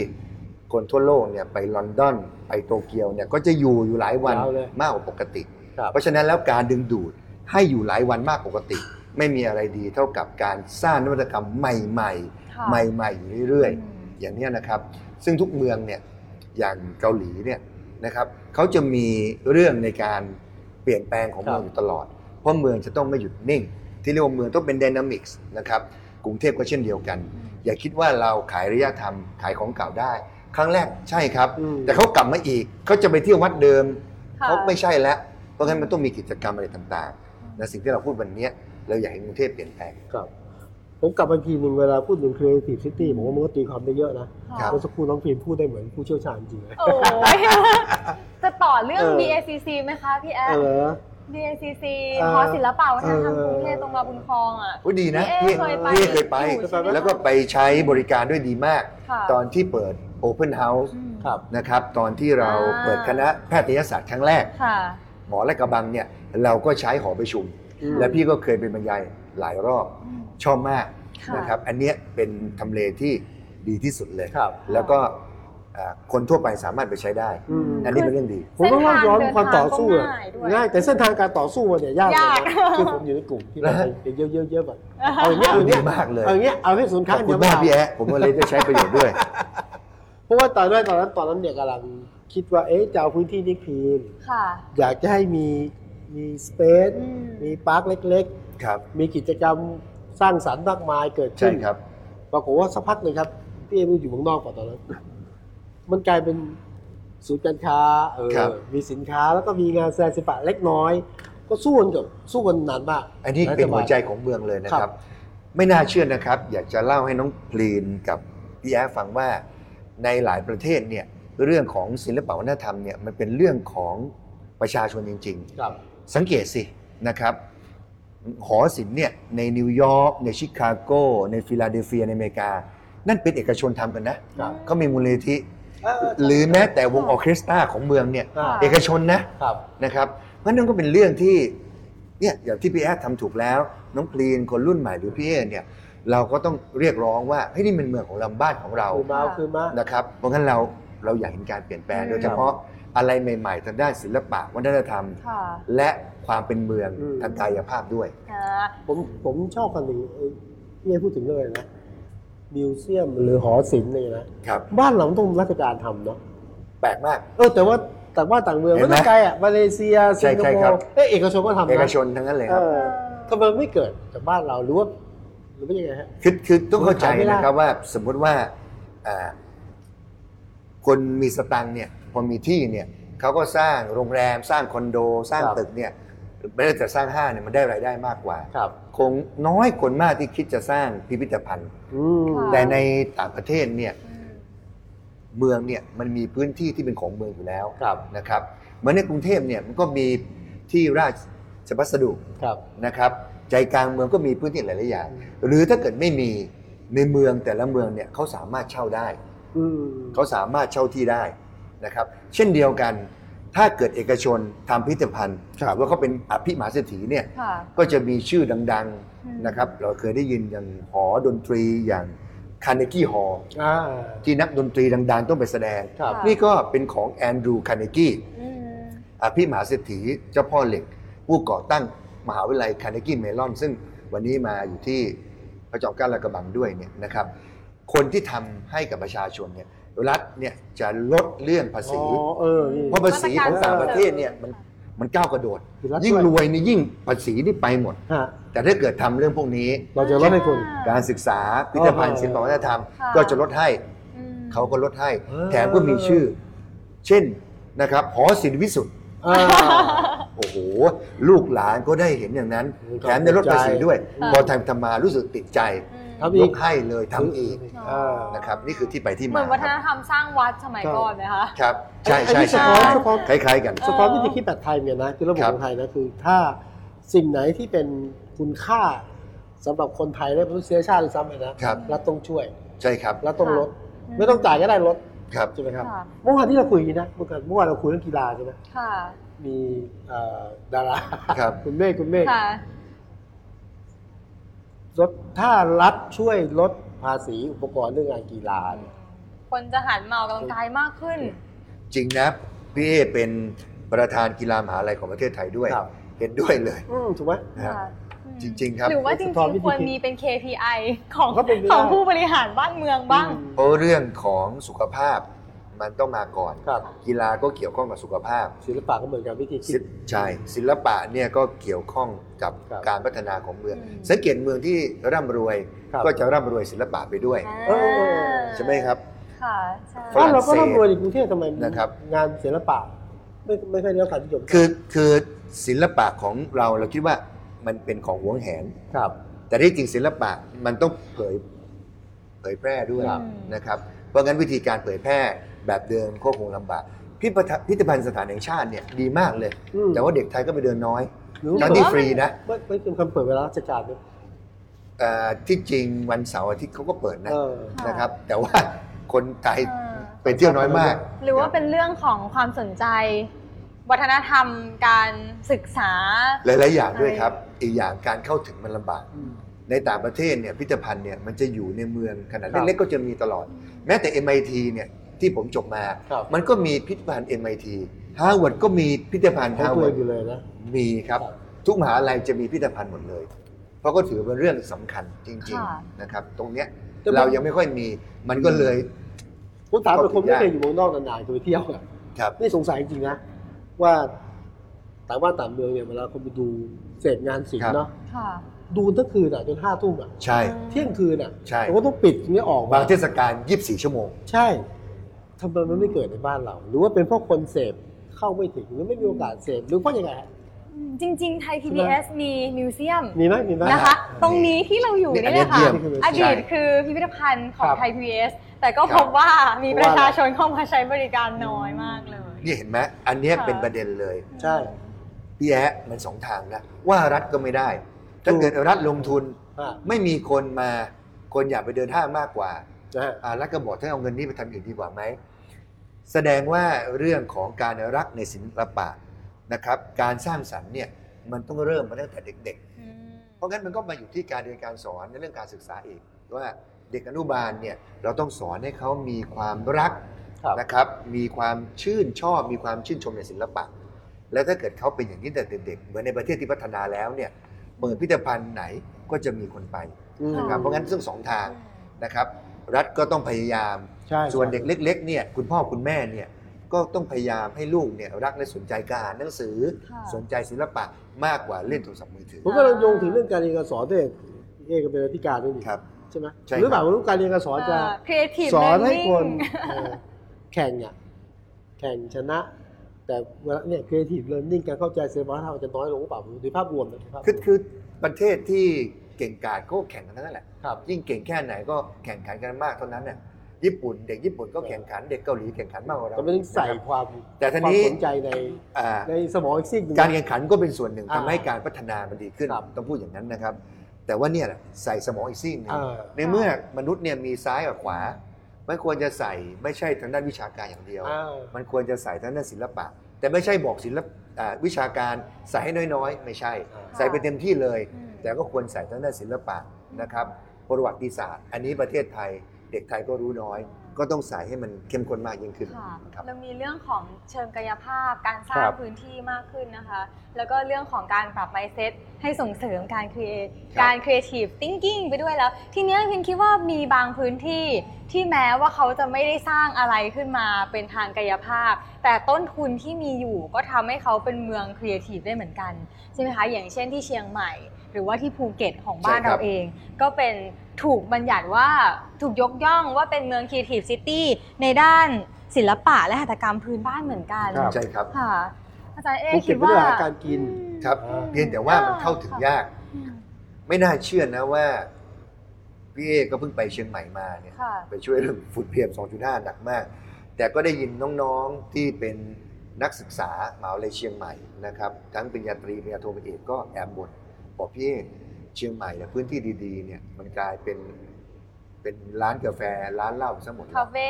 [SPEAKER 4] คนทั่วโลกเนี่ยไปลอนดอนไปโตเกียวเนี่ยก็จะอยู่อยู่หลายวัน
[SPEAKER 1] ยาวเลย
[SPEAKER 4] มากกว่าปกติ
[SPEAKER 1] ครับ
[SPEAKER 4] เพราะฉะนั้นแล้วการดึงดูดให้อยู่หลายวันมากกว่าปกติ ไม่มีอะไรดีเท่ากับการสร้างนวัตกรรมใหม่
[SPEAKER 3] ค่ะ
[SPEAKER 4] ๆ ใหม่ๆอยู่เรื่อยๆ
[SPEAKER 3] อืม
[SPEAKER 4] อย่างเนี้ยนะครับ ซึ่งทุกเมืองเนี่ย อย่างเกาหลีเนี่ยนะครับเขาจะมีเรื่องในการเปลี่ยนแปลงของ
[SPEAKER 1] ครับ
[SPEAKER 4] เมืองอยู่ตลอด เพราะเมืองจะต้องไม่หยุดนิ่ง ที่เรียกว่าเมืองต้องเป็นดินามิกส์นะครับ กรุงเทพก็เช่นเดียวกัน อย่าคิดว่าเราขายระยะธรรมขายของเก่าได้ ครั้งแรกใช่ครับ
[SPEAKER 1] อืม
[SPEAKER 4] แต่เขากลับมาอีก เขาจะไปเที่ยววัดเดิม
[SPEAKER 3] ค่ะ
[SPEAKER 4] เขาไม่ใช่แล้ว เพราะงั้นมันต้องมีกิจกรรมอะไรต่างๆนะสิ่งที่เราพูดวันเนี้ยเราอยากเห็นกรุงเทพเปลี่ยนแปลง
[SPEAKER 1] ครับผมกลับมาอีกทีหนึ่งเวลาพูดถึง Creative City ผมว่ามันก็ตีความได้เยอะนะ
[SPEAKER 4] ครั
[SPEAKER 3] ค่ะ
[SPEAKER 4] บ
[SPEAKER 1] เมื่อสักครู่น้องฟิล์มพูดได้เหมือนผู้เชี่ยวชาญจริงเลย
[SPEAKER 3] โอ้ย จะต่อเรื่อง
[SPEAKER 1] เออ
[SPEAKER 3] BACC ไหมคะพี่แอ
[SPEAKER 1] เอ
[SPEAKER 3] ด
[SPEAKER 1] อ
[SPEAKER 3] BACC
[SPEAKER 1] เออ
[SPEAKER 3] หอศิลปะวัฒนธรรม
[SPEAKER 1] เออ
[SPEAKER 3] กรุงเทพตรงบางบุญคลองอ่ะ
[SPEAKER 4] โอ้ยดีนะ
[SPEAKER 3] พี่
[SPEAKER 4] พี่
[SPEAKER 3] เอเคยไป
[SPEAKER 4] พี่เคยไป
[SPEAKER 3] อยู่ใช่ไหม
[SPEAKER 4] แล้วก็ไปใช้บริการด้วยดีมาก
[SPEAKER 3] ค่ะ
[SPEAKER 4] ตอนที่เปิด Open House
[SPEAKER 3] อืม
[SPEAKER 1] ครับ
[SPEAKER 4] นะครับ ตอนที่เรา
[SPEAKER 3] อ่า
[SPEAKER 4] เปิดคณะแพทยศาสตร์ครั้งแรก
[SPEAKER 3] ค่ะ
[SPEAKER 4] หมอและกระบังเนี่ย เราก็ใช้หอประชุม
[SPEAKER 1] อืม
[SPEAKER 4] และพี่ก็เคยเป็นบรรยายหลายรอบชอบมาก
[SPEAKER 3] ค่ะ
[SPEAKER 4] นะครับ อันเนี้ยเป็นทำเลที่ดีที่สุดเลย
[SPEAKER 1] ครับ
[SPEAKER 4] แล้วก็อ่าคนทั่วไปสามารถไปใช้ได้
[SPEAKER 1] อืม
[SPEAKER 4] อันนี้เป็นเรื่องดี
[SPEAKER 1] ผมต้องว่าย้อนความต่อสู้อะ
[SPEAKER 3] เส้นทางเดินทางก็ง่ายด้วย
[SPEAKER 1] ง่ายแต่เส้นทางการต่อสู้มันเนี่ยยากเลย
[SPEAKER 3] ยาก
[SPEAKER 1] นะคือผมอยู่ในกลุ่มที่แบบไปเยอะๆเยอะๆแบบเอาอย่างเงี้ยเอา
[SPEAKER 4] พู
[SPEAKER 1] อ
[SPEAKER 4] ด
[SPEAKER 1] ย่าง
[SPEAKER 4] ดี
[SPEAKER 1] เงี้ย
[SPEAKER 4] มากเลย
[SPEAKER 1] เอาอย่างเงี้ยเอาให้ศูนย์
[SPEAKER 4] ข
[SPEAKER 1] ค้า
[SPEAKER 4] อบคุณ
[SPEAKER 1] เดี
[SPEAKER 4] มาก
[SPEAKER 1] ยว
[SPEAKER 4] พี่แอะผมก็เลยได้ใช้ประโยชน์ด้วย
[SPEAKER 1] เพราะว่าตอนแรกตอนนั้นตอนนั้นเนี่ยกำลังคิดว่า เอ๊ะจะเอาพื้นที่นิคพีน
[SPEAKER 3] ค่ะ
[SPEAKER 1] อยากจะให้มีมีสเปซ
[SPEAKER 3] อืม
[SPEAKER 1] มีพาร์คเล็ก
[SPEAKER 4] ครับ
[SPEAKER 1] ๆ มีกิจกรรมสร้างสรรค์มากมายเกิด
[SPEAKER 4] ใช่
[SPEAKER 1] ขึ้น
[SPEAKER 4] ครับ
[SPEAKER 1] ปรากฏว่าสักพักหนึ่งครับพี่เอ็มอยู่เมืองนอกก่อนตอนนั้น มันกลายเป็นศูนย์การค้าเออ
[SPEAKER 4] ครับ
[SPEAKER 1] มีสินค้าแล้วก็มีงานแสดงศิลปะเล็กน้อย ก็สู้กันกับสู้กันนานมาก
[SPEAKER 4] อันนี้เป็นหัวใจของเมืองเลยนะค
[SPEAKER 1] ครั
[SPEAKER 4] รับ
[SPEAKER 1] บ
[SPEAKER 4] ไม่น่าเชื่อนะครับ อยากจะเล่าให้น้องพลีนกับพี่แอฟฟังว่าในหลายประเทศเนี่ยเรื่องของศิลปวัฒนธรรมเนี่ยมันเป็นเรื่องของประชาชนจริง
[SPEAKER 1] ครับ
[SPEAKER 4] ๆ สังเกตสินะครับหอศิลป์เนี่ยในนิวยอร์กในชิคาโกในฟิลาเดลเฟียในอเมริกา นั่นเป็นเอกชนทำกันนะครับ เขามีมูลนิธิ หรือแม้แต่วงออร์เคสตราของเมืองเนี่ยเอกชนนะ
[SPEAKER 1] ครับ
[SPEAKER 4] นะครับเพราะนั่นก็เป็นเรื่องที่เนี่ยอย่างที่พี่แอดทำถูกแล้ว น้องพลีนคนรุ่นใหม่หรือพี่เอเนี่ยเราก็ต้องเรียกร้องว่าเฮ้ยนี่เป็นเมืองของเราบ้านของเรา
[SPEAKER 1] คือมาคือมา
[SPEAKER 4] นะครับเพราะงั้นเราเราอยากเห็นการเปลี่ยนแปลง
[SPEAKER 3] อืม
[SPEAKER 4] โดยเฉพาะอะไรใหม่ๆทางด้านศิลปะวัฒนธรรม
[SPEAKER 3] ค่ะ
[SPEAKER 4] และความเป็นเมือง
[SPEAKER 1] อืม
[SPEAKER 4] ทางกายภาพด้วย
[SPEAKER 3] อ่า
[SPEAKER 1] ผมผมชอบกันหนึ่งเอ้ยพี่เอพูดถึงเรื่องอะไรนะมิวเซียมหรือหอศิลป์เนี่ยนะครับ บ้านเราต้องราชการทำเนาะ
[SPEAKER 4] แปลกมาก
[SPEAKER 1] เออแต่ว่าแต่ว่าต่างเมือง
[SPEAKER 4] เห็
[SPEAKER 1] ไม่
[SPEAKER 4] นไหม
[SPEAKER 1] ต้องไกลอ่ะมาเลเซียสิงค
[SPEAKER 4] ใช่
[SPEAKER 1] โป
[SPEAKER 4] ครับ
[SPEAKER 1] ร์เอยเอกชนก็ทำนะ
[SPEAKER 4] เอกชนทั้งนั้นเลย
[SPEAKER 1] เอ
[SPEAKER 4] ครับ
[SPEAKER 1] อทำไมไม่เกิดจากบ้านเราหรือว่าหรือว่ายังไงฮะ
[SPEAKER 4] คือคือต้องเข้าใจ
[SPEAKER 1] ขายไม่ได้
[SPEAKER 4] นะครับว่าสมมุติว่าอ่าคนมีสตังค์เนี่ยพอมีที่เนี่ยเขาก็สร้างโรงแรมสร้างคอนโด สร้างตึกเนี่ยไม่ได้แต่สร้างห้างเนี่ยมันได้รายได้มากกว่า
[SPEAKER 1] ครับ
[SPEAKER 4] คงน้อยคนมากที่คิดจะสร้างพิพิธภัณฑ์
[SPEAKER 1] อืม
[SPEAKER 3] ค่ะ
[SPEAKER 4] แต่ในต่างประเทศเนี่ยเมืองเนี่ยมันมีพื้นที่ที่เป็นของเมืองอยู่แล้ว
[SPEAKER 1] ครับ
[SPEAKER 4] นะครับเหมือนในกรุงเทพเนี่ยมันก็มีที่ราชพัสดุ
[SPEAKER 1] ครับ
[SPEAKER 4] นะครับใจกลางเมืองก็มีพื้นที่หลายๆอย่าง
[SPEAKER 1] อืม
[SPEAKER 4] หรือถ้าเกิดไม่มีในเมืองแต่ละเมืองเนี่ยเขาสามารถเช่าได้
[SPEAKER 1] อืม
[SPEAKER 4] เขาสามารถเช่าที่ได้นะครับ เช่นเดียวกัน ถ้าเกิดเอกชนทำพิพิธภัณฑ์หรือว่าเขาเป็นอภิมหาเศรษฐีเนี่ย
[SPEAKER 3] ค่ะ
[SPEAKER 4] ก็จะมีชื่อดัง
[SPEAKER 3] อืม
[SPEAKER 4] ๆนะครับ เราเคยได้ยินอย่างหอดนตรีอย่างคา r n เนกี้หอ
[SPEAKER 1] อ่า
[SPEAKER 4] ที่นักดนตรีดัง ๆ ต้องไปแสดง
[SPEAKER 1] ครับ
[SPEAKER 4] นี่ก็เป็นของแอนดรูว์คา r n เนกี้
[SPEAKER 3] อืม
[SPEAKER 4] อภิมหาเศรษฐีเจ้าพ่อเหล็ก ผู้ก่อตั้งมหาวิทยาลัยคาร์เนกีเมลอน ซึ่งวันนี้มาอยู่ที่พระจอมเกล้าลาดกระบังด้วยเนี่ยนะครับ คนที่ทำให้กับประชาชนเนี่ยรัฐเนี่ยจะลดเรื่องภาษี
[SPEAKER 1] อ๋อเออนี่
[SPEAKER 4] เพราะภาษีของต่างประเทศเนี่ยมันมันก้าวกระโดด ยิ่งรวยนี่ยิ่งภาษีนี่ไปหมด
[SPEAKER 1] ฮะ
[SPEAKER 4] แต่ถ้าเกิดทำเรื่องพวกนี้
[SPEAKER 1] เราจะลดให้คุณ
[SPEAKER 4] การศึกษาพิพิธภัณฑ์ศิลปวัฒนธรรม
[SPEAKER 3] ค่ะ
[SPEAKER 4] ก็จะลดให้
[SPEAKER 3] อืม
[SPEAKER 4] เขาก็ลดให้
[SPEAKER 1] เออ
[SPEAKER 4] แถมก็มีชื่อ เช่นนะครับหอศิลป์วิสุทธ
[SPEAKER 1] อ่า
[SPEAKER 4] โอ้โห ลูกหลานก็ได้เห็นอย่างนั้น
[SPEAKER 1] โอ้ย
[SPEAKER 4] แถมได้ลดภาษีด้วย
[SPEAKER 3] ค่ะ
[SPEAKER 4] พอทำทำมารู้สึกติดใจ
[SPEAKER 3] อืม
[SPEAKER 1] ครับ
[SPEAKER 4] ยกให้เลยทำอีก
[SPEAKER 1] อ่า
[SPEAKER 4] นะครับ นี่คือที่ไปที่
[SPEAKER 3] เหมื
[SPEAKER 4] มา
[SPEAKER 3] อนวัฒ
[SPEAKER 4] คน รับ
[SPEAKER 3] ธรรมสร้างวัดสมัยก่อนนะคะ
[SPEAKER 4] ครับ ใช่
[SPEAKER 1] อัน
[SPEAKER 4] ใช่
[SPEAKER 1] นี้
[SPEAKER 4] ใช่
[SPEAKER 1] สะท้อนสะท้อน
[SPEAKER 4] คล้ายๆกัน
[SPEAKER 1] สะท้อนวิธีคิดแบบไทยเนี่ยนะคือระบบ
[SPEAKER 4] ครั
[SPEAKER 1] ข
[SPEAKER 4] บ
[SPEAKER 1] องไทยนะคือถ้าสิ่งไหนที่เป็นคุณค่าสำหรับคนไทยและมนุษยชาติด้วยซ้ำไปนะครับ รัฐต้องช่วย
[SPEAKER 4] ใช่ครับ
[SPEAKER 1] รัฐต้องลด
[SPEAKER 3] อื
[SPEAKER 1] ไม่ต้องจ่ายก็ได้รถ
[SPEAKER 4] ครับ
[SPEAKER 1] ใช่ไหมครับ
[SPEAKER 3] ค่ะ
[SPEAKER 1] เมื่อวานที่เราคุยกันนะเมื่อวานเมื่อวานเราคุยเรื่องกีฬาใช่ไหม
[SPEAKER 3] ค่ะ
[SPEAKER 1] มีเอ่อดารา
[SPEAKER 4] ครับ
[SPEAKER 1] คุณเมฆคุณเมฆ
[SPEAKER 3] ค่ะ
[SPEAKER 1] รถถ้ารัฐช่วยลดภาษีอุปกรณ์เรื่องงานกีฬาเนี่ย
[SPEAKER 3] คนจะหันมาออกกำลังกายมากขึ้น
[SPEAKER 4] จริงนะพี่เอเป็นประธานกีฬามหาลัยของประเทศไทยด้วย
[SPEAKER 1] ครับ
[SPEAKER 4] เห็นด้วยเลย
[SPEAKER 1] อืมถูกไหม
[SPEAKER 4] นะฮะ
[SPEAKER 3] ค่ะอืม
[SPEAKER 4] จริง ๆ ครับ
[SPEAKER 3] หรือว่าจริง
[SPEAKER 1] สะท้อนวิธี
[SPEAKER 3] ๆ ควรมีเป็น KPI ของ
[SPEAKER 1] ก็เป็นไปได้
[SPEAKER 3] ของผู้บริหารบ้านเมืองบ้าง
[SPEAKER 4] เพราะเรื่องของสุขภาพมันต้องมาก่อน
[SPEAKER 1] ครับ
[SPEAKER 4] กีฬาก็เกี่ยวข้องกับสุขภาพ
[SPEAKER 1] ศิลปะก็เหมือนกันวิธีคิ
[SPEAKER 4] ศิ
[SPEAKER 1] ด
[SPEAKER 4] ลป์ใช่ศิลปะเนี่ยก็เกี่ยวข้องกับ
[SPEAKER 1] ครับ
[SPEAKER 4] การพัฒนาของเมือง
[SPEAKER 3] อืม
[SPEAKER 4] สังเกตเมืองที่ร่ำรวย
[SPEAKER 1] ครับ
[SPEAKER 4] ก็จะร่ำรวยศิลปะไปด้วย
[SPEAKER 1] เออ
[SPEAKER 4] ใช่ไหมครับ
[SPEAKER 3] ค่ะ ใช่
[SPEAKER 4] ฝรั่
[SPEAKER 1] บ้าน
[SPEAKER 4] งเศส
[SPEAKER 1] เราก็ร่ำรวยในกรุงเทพทำไม
[SPEAKER 4] นะครับ
[SPEAKER 1] งานศิลปะ ไม่ไม่ค่อยได้รับการนิยม
[SPEAKER 4] คือคือศิลปะของเราเราคิดว่ามันเป็นของหวงแหน
[SPEAKER 1] ครับ
[SPEAKER 4] แต่ที่จริงศิลปะมันต้องเผยเผยแพร่ด้วย
[SPEAKER 3] ครับ
[SPEAKER 4] นะครับ เพราะงั้นวิธีการเผยแพร่แบบเดิมก็คงลำบากพิพิธพิพิธภัณฑ์สถานแห่งชาติเนี่ยดีมากเลย
[SPEAKER 1] อืม
[SPEAKER 4] แต่ว่าเด็กไทยก็ไปเดินน้อย
[SPEAKER 1] หรือว่า
[SPEAKER 4] ทั้ง
[SPEAKER 1] ไม่
[SPEAKER 4] ที่ฟรีนะ
[SPEAKER 1] ไม่ไม่เป็นคำเปิดเวลาราชการด้วย
[SPEAKER 4] เอ่อที่จริงวันเสาร์อาทิตย์เขาก็เปิดนะ
[SPEAKER 1] เออ
[SPEAKER 4] นะครับ แต่ว่าคนไทย
[SPEAKER 3] เออ
[SPEAKER 4] ไปเที่ยวน้อยมาก
[SPEAKER 3] หรือว่าเป็นเรื่องของความสนใจ วัฒนธรรมการศึกษา
[SPEAKER 4] หลายๆอย่างด้วยครับ อีกอย่างการเข้าถึงมันลำบาก ในต่างประเทศเนี่ยพิพิธภัณฑ์เนี่ยมันจะอยู่ในเมืองขนาด
[SPEAKER 1] ครับ
[SPEAKER 4] เล็กๆก็จะมีตลอด แม้แต่ MIT เนี่ยที่ผมจบมา
[SPEAKER 1] ครับ
[SPEAKER 4] มันก็มีพิพิธภัณฑ์ MIT ฮาร์วาร์ดก็มีพิพิธภัณฑ์
[SPEAKER 1] เขา
[SPEAKER 4] ฮาร์
[SPEAKER 1] ตัว
[SPEAKER 4] วา
[SPEAKER 1] เอ
[SPEAKER 4] ร์ด
[SPEAKER 1] งอยู่เลยนะ
[SPEAKER 4] มีครับ
[SPEAKER 1] ครับ
[SPEAKER 4] ทุกมหาลัยจะมีพิพิธภัณฑ์หมดเลย เพราะก็ถือเป็นเรื่องสำคัญจริง
[SPEAKER 3] ค่ะ
[SPEAKER 4] ๆนะครับ ตรงเนี้ยเรายังไม่ค่อยมีมันก็เลย
[SPEAKER 1] ผมถามเป็นคน
[SPEAKER 4] ก็
[SPEAKER 1] ไม่
[SPEAKER 4] ถึ
[SPEAKER 1] เคย
[SPEAKER 4] งยาก
[SPEAKER 1] อยู่เมืองนอกนานๆเคยไปเที่ยวอะ
[SPEAKER 4] ครับ
[SPEAKER 1] นี่สงสัยจริงๆนะ ว่าต่างบ้านต่างเมืองเนี่ยเวลาคนไปดูเสพงานศิลป์เนาะ
[SPEAKER 3] ค่ะ
[SPEAKER 1] ดูทั้งคืนอ่ะจนห้าทุ่มอ่ะ
[SPEAKER 4] ใช่
[SPEAKER 1] เที่ยงคืนอ่ะ
[SPEAKER 4] ใช่
[SPEAKER 1] ผมก็ต้องปิดไม่ออก
[SPEAKER 4] บางเทศกาล 24 ชั่วโมง
[SPEAKER 1] ใช่ทำไมมันไม่เกิดในบ้านเรา หรือว่าเป็นเพราะคนเสพเข้าไม่ถึงหรือไม่มีโอกาสเสพหรือเพราะยังไงฮะ
[SPEAKER 3] จริง ๆ ไทย PBS มีมิวเซียม
[SPEAKER 1] มีไหมมีไหม
[SPEAKER 3] นะคะ ตรงนี้ที่เราอยู่
[SPEAKER 4] นี่
[SPEAKER 3] นี่
[SPEAKER 4] อัน
[SPEAKER 3] แหละค่ะอดีต
[SPEAKER 4] นี้เยี่ยมใช่
[SPEAKER 3] คือพิพิธภัณฑ์ของ
[SPEAKER 1] ครับ
[SPEAKER 3] ไทย PBS แต่ก็
[SPEAKER 4] ค
[SPEAKER 3] พ
[SPEAKER 4] รับ
[SPEAKER 3] บว่ามี
[SPEAKER 1] เพ
[SPEAKER 3] ป
[SPEAKER 1] ราะ
[SPEAKER 3] ระ
[SPEAKER 1] ว่า
[SPEAKER 3] ชาชนเข้ามาใช้บริการน้อยมากเลย
[SPEAKER 4] นี่เห็นไหมอันเนี้ย
[SPEAKER 3] ค่ะ
[SPEAKER 4] เป็นประเด็นเลย
[SPEAKER 1] ใช่
[SPEAKER 4] พี่แอะมันสองทางนะว่ารัฐก็ไม่ได้ ถ้าเกิดรัฐลงทุน
[SPEAKER 1] อ่ะ
[SPEAKER 4] ไม่มีคนมาคนอยากไปเดินห้างมากกว่า
[SPEAKER 1] นะฮะ
[SPEAKER 4] อ่ารัฐก็บอกถ้าเอาเงินนี้ไปทำอื่นดีกว่าไหม แสดงว่าเรื่องของการรักในศิลปะนะครับ การสร้างสรรค์เนี่ยมันต้องเริ่มมาตั้งแต่เด็ก
[SPEAKER 3] อืม
[SPEAKER 4] ๆ เพราะงั้นมันก็มาอยู่ที่การเรียนการสอนในเรื่องการศึกษาอีกว่าเด็กอนุบาลเนี่ยเราต้องสอนให้เขามีความรัก
[SPEAKER 1] ครับ
[SPEAKER 4] นะครับ มีความชื่นชอบ มีความชื่นชมในศิลปะ แล้วถ้าเกิดเขาเป็นอย่างนี้แต่เด็กๆเหมือนในประเทศที่พัฒนาแล้วเนี่ยเปิดพิพิธภัณฑ์ไหนก็จะมีคนไป
[SPEAKER 1] อืม
[SPEAKER 4] นะครับเพราะงั้นซึ่งสองทางนะครับ รัฐก็ต้องพยายาม
[SPEAKER 1] ใช่
[SPEAKER 4] ส่วนเด็กเล็กๆเนี่ยคุณพ่อคุณแม่เนี่ยก็ต้องพยายามให้ลูกเนี่ยรักและสนใจการอ่านหนังสือ
[SPEAKER 3] ค่ะ
[SPEAKER 4] สนใจศิลปะมากกว่าเล่นโทรศัพท์มือถือ
[SPEAKER 1] ผมกำลังโยงถึงเรื่องการเรียนการสอนด้วยเอกเป็นอธิการด้วยนี่
[SPEAKER 4] ครับ
[SPEAKER 1] ใช่ไหม
[SPEAKER 4] ใช่ครับ
[SPEAKER 1] หรือเปล่าไม่รู้การเรียนการสอนจะ
[SPEAKER 3] เอ่อ creative
[SPEAKER 1] สอนให้
[SPEAKER 3] learning
[SPEAKER 1] คนเอ่อแข่งอ่ะแข่งชนะ แต่เวลาเนี่ย creative learning การเข้าใจศิลปะเราจะน้อยลงหรือเปล่าดูภาพรวมนะดูภาพรวม
[SPEAKER 4] คือคือประเทศที่เก่งกาจก็แข่งกันทั้งนั้นแหละ
[SPEAKER 1] ครับ
[SPEAKER 4] ยิ่งเก่งแค่ไหนก็แข่งขันกันมากเท่านั้นเนี่ยญี่ปุ่นเด็กญี่ปุ่นก็แข่งขันเด็กเกาหลีแข่งขันมากกว่าเรา
[SPEAKER 1] ก็ไม่ต้องใส่
[SPEAKER 4] นะครับ
[SPEAKER 1] ความ
[SPEAKER 4] แต่ที
[SPEAKER 1] ควา
[SPEAKER 4] นี้
[SPEAKER 1] มสนใจใน
[SPEAKER 4] อ่า
[SPEAKER 1] ในสมองอีกซีกหนึ่ง
[SPEAKER 4] การแข่งขันก็เป็นส่วนหนึ่ง
[SPEAKER 1] อ่า
[SPEAKER 4] ทำให้การพัฒนามันดีขึ้น
[SPEAKER 1] ครับ
[SPEAKER 4] ต้องพูดอย่างนั้นนะครับ แต่ว่าเนี่ยแหละใส่สมองอีกซีกหนึง
[SPEAKER 1] เออ
[SPEAKER 4] ในเมื่อมนุษย์เนี่ยมีซ้ายกับขวา มันควรจะใส่ไม่ใช่ทางด้านวิชาการอย่างเดียว
[SPEAKER 1] อ่า
[SPEAKER 4] มันควรจะใส่ทางด้านศิลปะ แต่ไม่ใช่บอกศิลปอ่าวิชาการใส่ให้น้อยๆ ไม่ใช่ ใส่ไปเต็มที่เลย
[SPEAKER 3] อืม
[SPEAKER 4] แต่ก็ควรใส่ทางด้านศิลปะนะครับ ประวัติศาสตร์ อันนี้ประเทศไทย เด็กไทยก็รู้น้อย ก็ต้องใส่ให้มันเข้มข้นมากยิ่งขึ้น
[SPEAKER 3] ค่ะ
[SPEAKER 4] ครับ
[SPEAKER 3] เรามีเรื่องของเชิงกายภาพการสร้า
[SPEAKER 4] ค
[SPEAKER 3] ง
[SPEAKER 4] รับ
[SPEAKER 3] พื้นที่มากขึ้นนะคะ แล้วก็เรื่องของการปรับ mindset ให้ส่งเสริมการ create
[SPEAKER 4] ครับ
[SPEAKER 3] การ creative thinking ไปด้วยแล้ว ทีเนี้ยพินคิดว่ามีบางพื้นที่ที่แม้ว่าเขาจะไม่ได้สร้างอะไรขึ้นมาเป็นทางกายภาพ แต่ต้นทุนที่มีอยู่ก็ทำให้เขาเป็นเมือง creative ได้เหมือนกันใช่ไหมคะอย่างเช่นที่เชียงใหม่ หรือว่าที่ภูเก็ตของบ้าน
[SPEAKER 4] ใช่ครับ
[SPEAKER 3] เราเอง ก็เป็นถูกบัญญัติว่าถูกยกย่องว่าเป็นเมือง Creative City ในด้านศิลปะและหัตถกรรมพื้นบ้านเหมือนกัน
[SPEAKER 1] ครับ
[SPEAKER 4] ใช่ครับ
[SPEAKER 3] ค่ะ อาจารย์เอ
[SPEAKER 1] ภูเก็
[SPEAKER 3] คิ
[SPEAKER 1] ต
[SPEAKER 3] ด
[SPEAKER 1] เป็น
[SPEAKER 3] ว่า
[SPEAKER 1] เรื่องของการกิน
[SPEAKER 4] ครับ
[SPEAKER 1] อ่า
[SPEAKER 4] เพียงแต่ว่ามันเข้าถึงยาก
[SPEAKER 3] อืม
[SPEAKER 4] ไม่น่าเชื่อนะว่าพี่เอก็เพิ่งไปเชียงใหม่มาเนี่ย
[SPEAKER 3] ค่ะ
[SPEAKER 4] ไปช่วยเรื่องฝุ่นพีเอม2.5 หนักมาก แต่ก็ได้ยินน้องๆที่เป็นนักศึกษามหาวิทยาลัยเชียงใหม่นะครับทั้งปริญญาตรีปริญญาโทปริญญาเอกก็แอบบ่นบอกพี่เอเชียงใหม่เนี่ยพื้นที่ดีๆเนี่ยมันกลายเป็น เป็นร้านกาแฟร้านเหล้าซะหมดเลย
[SPEAKER 3] คาเฟ่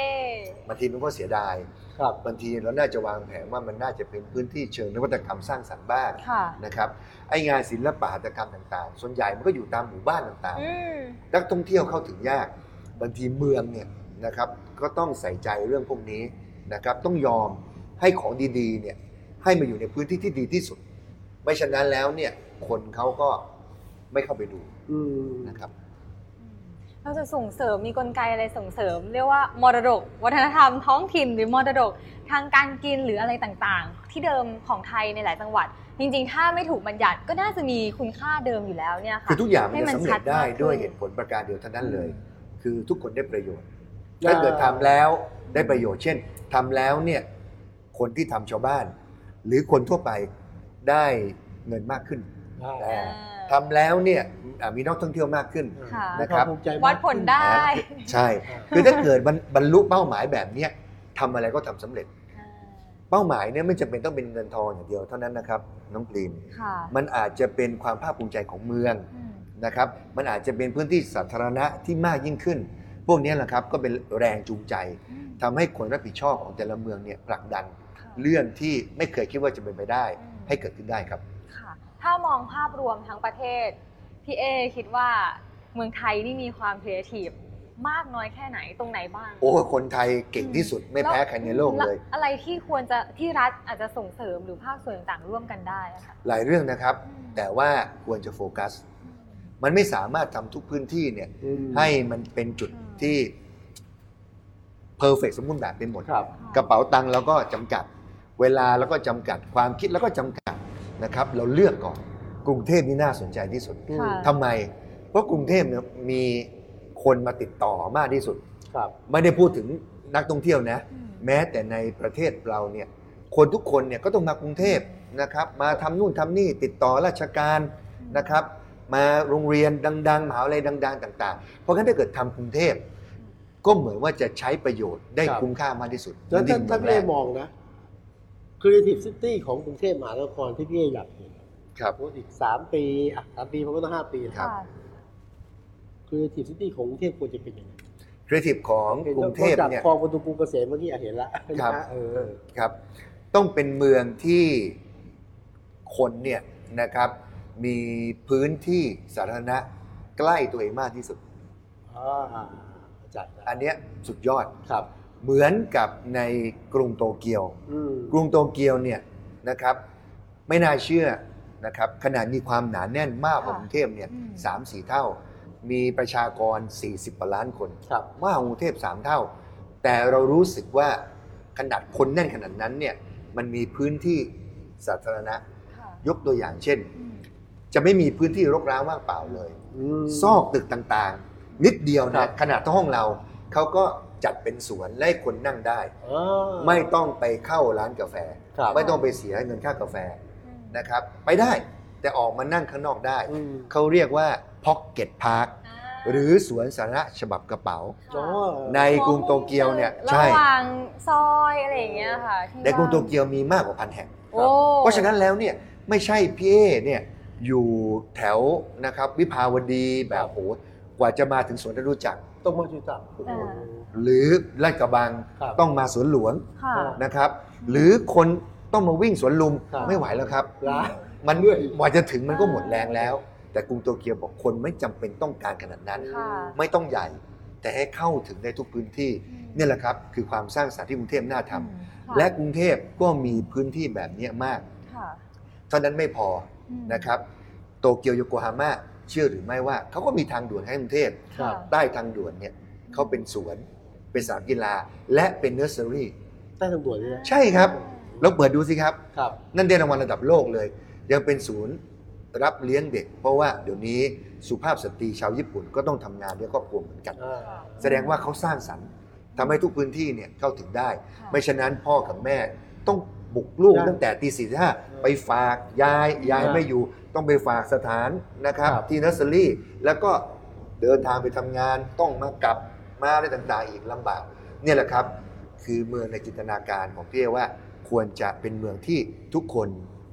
[SPEAKER 4] บางทีมันก็เสียดาย
[SPEAKER 1] ครับ
[SPEAKER 4] บางทีเราน่าจะวางแผนว่ามันน่าจะเป็นพื้นที่เชิงนวัตกรรมสร้างสรรค์บ้าง
[SPEAKER 3] ค่ะ
[SPEAKER 4] นะครับไองานศิลปหัตถกรรมต่างๆ ส่วนใหญ่มันก็อยู่ตามหมู่บ้านต่าง
[SPEAKER 3] อืม
[SPEAKER 4] ๆ นักท่องเที่ยวเข้าถึงยาก บางทีเมืองเนี่ยนะครับก็ต้องใส่ใจเรื่องพวกนี้นะครับต้องยอมให้ของดีๆเนี่ยให้มาอยู่ในพื้นที่ที่ดีที่สุด ไม่ฉะนั้นแล้วเนี่ยคนเขาก็ไม่เข้าไปดู
[SPEAKER 1] อืม
[SPEAKER 4] นะครับ
[SPEAKER 3] เราจะส่งเสริมมีกลไกอะไรส่งเสริม เรียกว่ามรดก วัฒนธรรมท้องถิ่นหรือมรดกทางการกินหรืออะไรต่างๆ ที่เดิมของไทยในหลายจังหวัด จริงๆ ถ้าไม่ถูกบัญญัติก็น่าจะมีคุณค่าเดิมอยู่แล้วเนี่ยค่ะ
[SPEAKER 4] คือทุกอย่างมัน
[SPEAKER 3] ให้
[SPEAKER 4] จะ
[SPEAKER 3] มัน
[SPEAKER 4] สำ
[SPEAKER 3] ชั
[SPEAKER 4] เร็
[SPEAKER 3] ด
[SPEAKER 4] จ
[SPEAKER 3] มาก
[SPEAKER 4] ได้ด้วย
[SPEAKER 3] ขึ้น
[SPEAKER 4] เหตุผลประการเดียวเท่านั้นเลย คือทุกคนได้ประโยชน์ ถ้าเกิดทำแล้วได้ประโยชน์ เช่นทำแล้วเนี่ยคนที่ทำชาวบ้าน หรือคนทั่วไปได้เงินมากขึ้น
[SPEAKER 1] ได้
[SPEAKER 4] อ่า
[SPEAKER 3] อ่า
[SPEAKER 4] ทำแล้วเนี่ยอ่ามีนักท่องเที่ยวมากขึ้น
[SPEAKER 3] ค่ะ
[SPEAKER 1] มีวามภูมิใจมาก
[SPEAKER 3] วัดผลได้
[SPEAKER 4] ใช่ คือถ้าเกิดบรรบรรลุเป้าหมายแบบเนี้ยทำอะไรก็ทำสำเร็จ เป้าหมายเนี่ยไม่จำเป็นต้องเป็นเงินทองอย่างเดียวเท่านั้นนะครับน้องปลีม
[SPEAKER 3] ค่ะ
[SPEAKER 4] มันอาจจะเป็นความภาคภูมิใจของเมือง
[SPEAKER 3] อืม
[SPEAKER 4] นะครับ มันอาจจะเป็นพื้นที่สาธารณะที่มากยิ่งขึ้น พวกนี้แหละครับก็เป็นแรงจูงใจทำให้คนรับผิดชอบของแต่ละเมืองเนี่ยผลักดัน เรื่องที่ไม่เคยคิดว่าจะเป็นไปได้
[SPEAKER 3] อืม
[SPEAKER 4] ให้เกิดขึ้นได้ครับ
[SPEAKER 3] ค่ะ ถ้ามองภาพรวมทั้งประเทศ พี่เอคิดว่าเมืองไทยนี่มีความครีเอทีฟมากน้อยแค่ไหนตรงไหนบ้าง
[SPEAKER 4] โอ้คนไทยเก่งที่สุดไม่แพ้ใครในโลกเลย
[SPEAKER 3] แวอะไรที่ควรจะที่รัฐอาจจะส่งเสริมหรือภาคส่วนต่างๆร่วมกันได้อะค่ะ
[SPEAKER 4] หลายเรื่องนะครับ
[SPEAKER 3] อืม
[SPEAKER 4] แต่ว่าควรจะโฟกัส มันไม่สามารถทำทุกพื้นที่เนี่ย
[SPEAKER 1] อืม
[SPEAKER 4] ให้มันเป็นจุดที่เพอร์เฟกสมบูรณ์แบบไปหมด
[SPEAKER 1] ครับ
[SPEAKER 4] กระเป๋าตังค์เราก็จำกัด เวลาเราก็จำกัดความคิดเราก็จำกัดนะครับ เราเลือกก่อนกรุงเทพนี่น่าสนใจที่สุด
[SPEAKER 3] ค่ะ
[SPEAKER 4] ทำไม เพราะกรุงเทพเนี่ยมีคนมาติดต่อมากที่สุด
[SPEAKER 1] ครับ
[SPEAKER 4] ไม่ได้พูดถึงนักท่องเที่ยวนะ
[SPEAKER 3] อืม
[SPEAKER 4] แม้แต่ในประเทศเราเนี่ยคนทุกคนเนี่ยก็ต้องมากรุงเทพนะครับ มาทำนู่นทำนี่ติดต่อราชการนะครับ มาโรงเรียนดังๆมหาวิทยาลัยดัง ๆ ต่าง ๆ เพราะงั้นถ้าเกิดทำกรุงเทพ ก็เหมือนว่าจะใช้ประโยชน์ได้
[SPEAKER 1] ครับ
[SPEAKER 4] คุ้มค่ามากที่สุด
[SPEAKER 1] แล้วท่าน
[SPEAKER 4] นี่
[SPEAKER 1] ท่าน
[SPEAKER 4] คือ
[SPEAKER 1] เล่
[SPEAKER 4] เอง
[SPEAKER 1] มองนะ Creative City ของกรุงเทพมหานครที่พี่เออยากเห็น
[SPEAKER 4] ครับ
[SPEAKER 1] โอ้อีกสามปีอ่ะสามปีมันก็ต้องห้าปีนะ
[SPEAKER 4] ครับ
[SPEAKER 3] ค่ะ
[SPEAKER 1] Creative City ของกรุงเทพควรจะเป็นยังไง
[SPEAKER 4] ครีเอทีฟของกรุงเทพ
[SPEAKER 1] จาก
[SPEAKER 4] เนี่ย
[SPEAKER 1] คลองประตูกรุงเกษมเมื่อกี้อ่ะเห็นละ
[SPEAKER 4] ครับ
[SPEAKER 1] นะเออ
[SPEAKER 4] ครับ ต้องเป็นเมืองที่คนเนี่ยนะครับ มีพื้นที่สาธารณะใกล้ตัวเองมากที่สุด
[SPEAKER 1] อ่าเข้าใจละ
[SPEAKER 4] อันเนี้ยสุดยอด
[SPEAKER 1] ครับ
[SPEAKER 4] เหมือนกับในกรุงโตเกียว
[SPEAKER 1] อืม
[SPEAKER 4] กรุงโตเกียวเนี่ยนะครับ ไม่น่าเชื่อนะครับขนาดมีความหนาแน่นมากกว่า
[SPEAKER 3] ค่ะ
[SPEAKER 4] กรุงเทพเนี่ย
[SPEAKER 3] อืม
[SPEAKER 4] สามสี่เท่า มีประชากร 40กว่าล้านคน
[SPEAKER 1] ครับ
[SPEAKER 4] มากกว่ากรุงเทพสามเท่า แต่เรารู้สึกว่าขนาดคนแน่นขนาดนั้นเนี่ยมันมีพื้นที่สาธารณะ
[SPEAKER 3] ค่ะ
[SPEAKER 4] ยกตัวอย่างเช่น
[SPEAKER 3] อืม
[SPEAKER 4] จะไม่มีพื้นที่รกร้างว่างเปล่าเลย
[SPEAKER 1] อืม
[SPEAKER 4] ซอกตึกต่างๆ นิดเดียว
[SPEAKER 1] ครั
[SPEAKER 4] นะ
[SPEAKER 1] บ
[SPEAKER 4] ขนาดห้องเราเขาก็จัดเป็นสวนและให้คนนั่งได้
[SPEAKER 1] อ่า
[SPEAKER 4] ไม่ต้องไปเข้าร้านกาแฟ
[SPEAKER 1] ครับ
[SPEAKER 4] ไม่ต้องไปเสียเงินค่ากาแฟ
[SPEAKER 3] อืม
[SPEAKER 4] นะครับ ไปได้แต่ออกมานั่งข้างนอกได้
[SPEAKER 1] อืม
[SPEAKER 4] เขาเรียกว่าพ็อกเก็ตพาร์ค
[SPEAKER 3] อ่า
[SPEAKER 4] หรือสวนสาธารณะฉบับกระเป๋า
[SPEAKER 1] อ๋อ
[SPEAKER 3] ค่ะ
[SPEAKER 4] ในกรุงโตเกียวเนี่ย
[SPEAKER 3] ระ
[SPEAKER 4] ใช่
[SPEAKER 3] หว่างซอยอะไรอย่างเงี้ยค่ะที่
[SPEAKER 4] ในกรุงโตเกียวมีมากกว่าพันแห่ง
[SPEAKER 3] โอ้
[SPEAKER 4] เพราะฉะนั้นแล้วเนี่ยไม่ใช่พี่เอเนี่ยอยู่แถวนะครับวิภาวดีแบบโหกว่าจะมาถึงสวนจตุจักร
[SPEAKER 1] ต้องมาจุจักร
[SPEAKER 4] หรือลาดกระบัง
[SPEAKER 1] ครับ
[SPEAKER 4] ต้องมาสวนหลวง
[SPEAKER 3] ค่ะ
[SPEAKER 4] นะครับ หรือคนต้องมาวิ่งสวนลุม
[SPEAKER 1] ครับ
[SPEAKER 4] ไม่ไหวแล้วครับ
[SPEAKER 1] ล้า
[SPEAKER 4] มัน
[SPEAKER 1] เมื่อย
[SPEAKER 4] กว่าจะถึงมันก็หมดแรงแล้ว แต่กรุงโตเกียวบอกคนไม่จำเป็นต้องการขนาดนั้น
[SPEAKER 3] ค่ะ
[SPEAKER 4] ไม่ต้องใหญ่ แต่ให้เข้าถึงได้ทุกพื้นที่เนี่ยแหละครับคือความสร้างสรรค์ที่กรุงเทพน่าทำ
[SPEAKER 3] ค่
[SPEAKER 4] และกรุงเทพก็มีพื้นที่แบบเนี้ยมาก
[SPEAKER 3] ค่ะ
[SPEAKER 4] เท่านั้นไม่พอ
[SPEAKER 3] อืม
[SPEAKER 4] นะครับ โตเกียวโยโกฮาม่าเชื่อหรือไม่ว่าเขาก็มีทางด่วนให้กรุงเทพ
[SPEAKER 1] ครับ
[SPEAKER 4] ใต้ทางด่วนเนี่ยเขาเป็นสวนเป็นสนามกีฬา และเป็นเนอร์เซอรี่
[SPEAKER 1] ใต้ทางด่วนนี่นะ
[SPEAKER 4] ใช่ครับ แล้วเปิดดูสิครับ
[SPEAKER 1] ครับ
[SPEAKER 4] นั่นได้รางวัลระดับโลกเลย ยังเป็นศูนย์รับเลี้ยงเด็ก เพราะว่าเดี๋ยวนี้สุภาพสตรีชาวญี่ปุ่นก็ต้องทำงานเลี้ยงครอบครัวเหมือนกัน
[SPEAKER 1] อ่า
[SPEAKER 3] ค่ะ
[SPEAKER 4] แสดงว่าเขาสร้างสรรค์ทำให้ทุกพื้นที่เนี่ยเข้าถึงได้
[SPEAKER 3] ค่ะ
[SPEAKER 4] ไม่ฉะนั้นพ่อกับแม่ต้องบุกลูก
[SPEAKER 1] ครับ
[SPEAKER 4] ตั้งแต่ตีสี่ห้าไปฝากยายยาย
[SPEAKER 1] ครับ
[SPEAKER 4] ไม่อยู่ต้องไปฝากสถานนะครับ
[SPEAKER 1] ครับ
[SPEAKER 4] ที่เนัสเซอรี่แล้วก็เดินทางไปทำงานต้องมากลับมาอะไรต่างๆอีกลำบากเนี่ยแหละครับ คือเมืองในจินตนาการของพี่เอว่าควรจะเป็นเมืองที่ทุกคน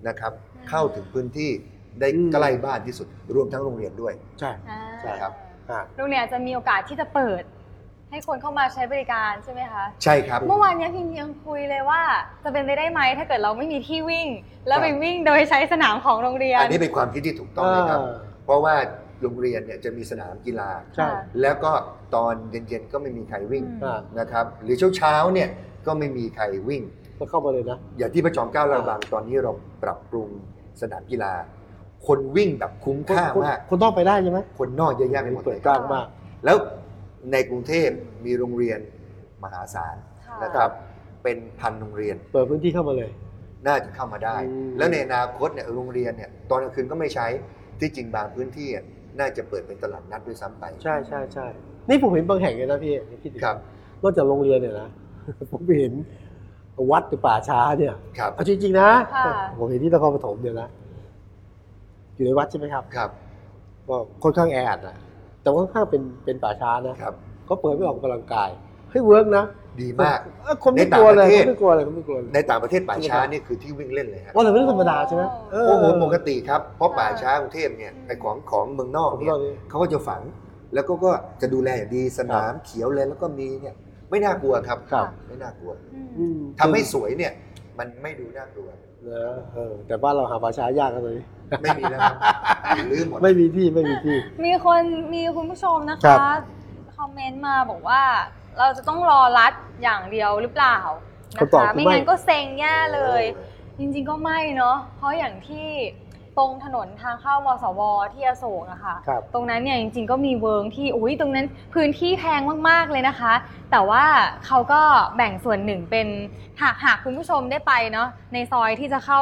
[SPEAKER 4] นะครับ เข้าถึงพื้นที่ได้ใกล้บ้านที่สุด รวมทั้งโรงเรียนด้วย
[SPEAKER 1] ใช่
[SPEAKER 3] อ่า
[SPEAKER 4] ใช่ครับ
[SPEAKER 1] ฮะ
[SPEAKER 3] โรงเรียนอาจจะมีโอกาสที่จะเปิด ให้คนเข้ามาใช้บริการใช่ไหมคะ
[SPEAKER 4] ใช่ครับ
[SPEAKER 3] เมื่อวานเนี้ยพิมยังคุยเลยว่า จะเป็นไปได้ไหมถ้าเกิดเราไม่มีที่วิ่ง แล้
[SPEAKER 1] ค
[SPEAKER 3] ว
[SPEAKER 1] รับ
[SPEAKER 3] ไปวิ่งโดยใช้สนามของโรงเรียน
[SPEAKER 4] อันนี้เป็นความคิดที่ถูกต้องเลยครับ
[SPEAKER 1] อ่า
[SPEAKER 4] เพราะว่าโรงเรียนเนี่ยจะมีสนามกีฬา
[SPEAKER 1] ใช่
[SPEAKER 3] ค่ะ
[SPEAKER 4] แล้วก็ตอนเย็นๆก็ไม่มีใครวิ่ง
[SPEAKER 3] อืม
[SPEAKER 1] อ่า
[SPEAKER 4] นะครับ หรือเช้าๆเนี่ยก็ไม่มีใครวิ่ง
[SPEAKER 1] ก็เข้ามาเลยนะ
[SPEAKER 4] อย่างที่พระจอมเกล้าเราบางตอนนี้เราปรับปรุงสนามกีฬา คนวิ่งแบบคุ้ม
[SPEAKER 1] คน
[SPEAKER 4] ค่า
[SPEAKER 1] คน
[SPEAKER 4] มาก
[SPEAKER 1] คนต้องไปได้ใช่ไหม
[SPEAKER 4] คนนอกเยอะแยะไปหมด
[SPEAKER 1] เปิด
[SPEAKER 4] เลย
[SPEAKER 1] กว้างมาก
[SPEAKER 4] แล้วในกรุงเทพมีโรงเรียนมหาศาล
[SPEAKER 3] ค่ะ
[SPEAKER 4] นะครับ เป็นพันโรงเรียน
[SPEAKER 1] เปิดพื้นที่เข้ามาเลย
[SPEAKER 4] น่าจะเข้ามาได้
[SPEAKER 1] อืม
[SPEAKER 4] แล้วในอนาคตเนี่ยโรงเรียนเนี่ยตอนกลางคืนก็ไม่ใช้ที่จริงบางพื้นที่อ่ะน่าจะเปิดเป็นตลาดนัดด้วยซ้ำไป
[SPEAKER 1] ใช่ใช่ใช่นี่ผมเห็นบางแห่งเลยนะพี่นี่คิดดู
[SPEAKER 4] ครับ
[SPEAKER 1] นอกจากโรงเรียนเนี่ยนะ ผมไปเห็นวัดหรือป่าช้าเนี่ย
[SPEAKER 4] ครับ
[SPEAKER 1] เอาจริงๆนะ
[SPEAKER 3] ค่ะ
[SPEAKER 1] ผมเห็นที่นครปฐมเนี่ยนะอยู่ในวัดใช่ไหมครับ
[SPEAKER 4] ครับ
[SPEAKER 1] ก็ค่อนข้างแออัดนะแต่ว่าค่อนข้างเป็นเป็นป่าช้านะครับ ก็เปิดไม่ออกกำลังกายเฮ้ยเวิร์กนะ
[SPEAKER 4] ดีมาก
[SPEAKER 1] เอ้ยคนไม่กลัวเลย
[SPEAKER 4] ในต่างประเทศ
[SPEAKER 1] คนไม่กลัวเลยคนไม่กลัวเลย
[SPEAKER 4] ในต่างประเทศป่าช้านี่คือที่วิ่งเล่นเลยฮะ
[SPEAKER 1] ว่าแต่เป็นเรื่องธรรมดาใช่ไหมเ
[SPEAKER 4] โอ้โหปกติครับเพราะป่าช้ากรุงเทพเนี่ย
[SPEAKER 3] อืม
[SPEAKER 4] ไอของของเมืองนอก
[SPEAKER 1] ผม
[SPEAKER 4] เนี่ย
[SPEAKER 1] ตอนนี้
[SPEAKER 4] เขาก็จะฝังแล้วก็ก็จะดูแลอย่างดีสนามเขียวเลยแล้วก็มีเนี่ยไม่น่ากลัวครับ
[SPEAKER 1] ครับ
[SPEAKER 4] ไม่น่ากลัว
[SPEAKER 3] อืม
[SPEAKER 1] อืม
[SPEAKER 4] ทำให้สวยเนี่ยมันไม่ดูน่ากลัว
[SPEAKER 1] นะเออแต่บ้านเราหาป่าช้ายากกันเลย
[SPEAKER 4] ไม่มีแล้วครับลืมหมด
[SPEAKER 1] ไม่มีที่ไม่มีที่
[SPEAKER 3] มีคนมีคุณผู้ชมนะ
[SPEAKER 1] ครั
[SPEAKER 3] คะ
[SPEAKER 1] บ
[SPEAKER 3] คอมเมนต์มาบอกว่า เราจะต้องรอรัดอย่างเดียวหรือเปล่านะ
[SPEAKER 1] คำตอบ
[SPEAKER 3] คะ
[SPEAKER 1] คือ
[SPEAKER 3] ไม่
[SPEAKER 1] ไม่
[SPEAKER 3] งั้นก็เซ็งแย่เลย จริงๆก็ไม่เนาะเพราะอย่างที่ตรงถนนทางเข้ามสวที่อโศกอะค่ะ
[SPEAKER 1] ครับ
[SPEAKER 3] ตรงนั้นเนี่ยจริงๆก็มีเวิร์งที่อุ้ยตรงนั้นพื้นที่แพงมากๆเลยนะคะ แต่ว่าเขาก็แบ่งส่วนหนึ่งเป็นหากหากคุณผู้ชมได้ไปเนาะในซอยที่จะเข้า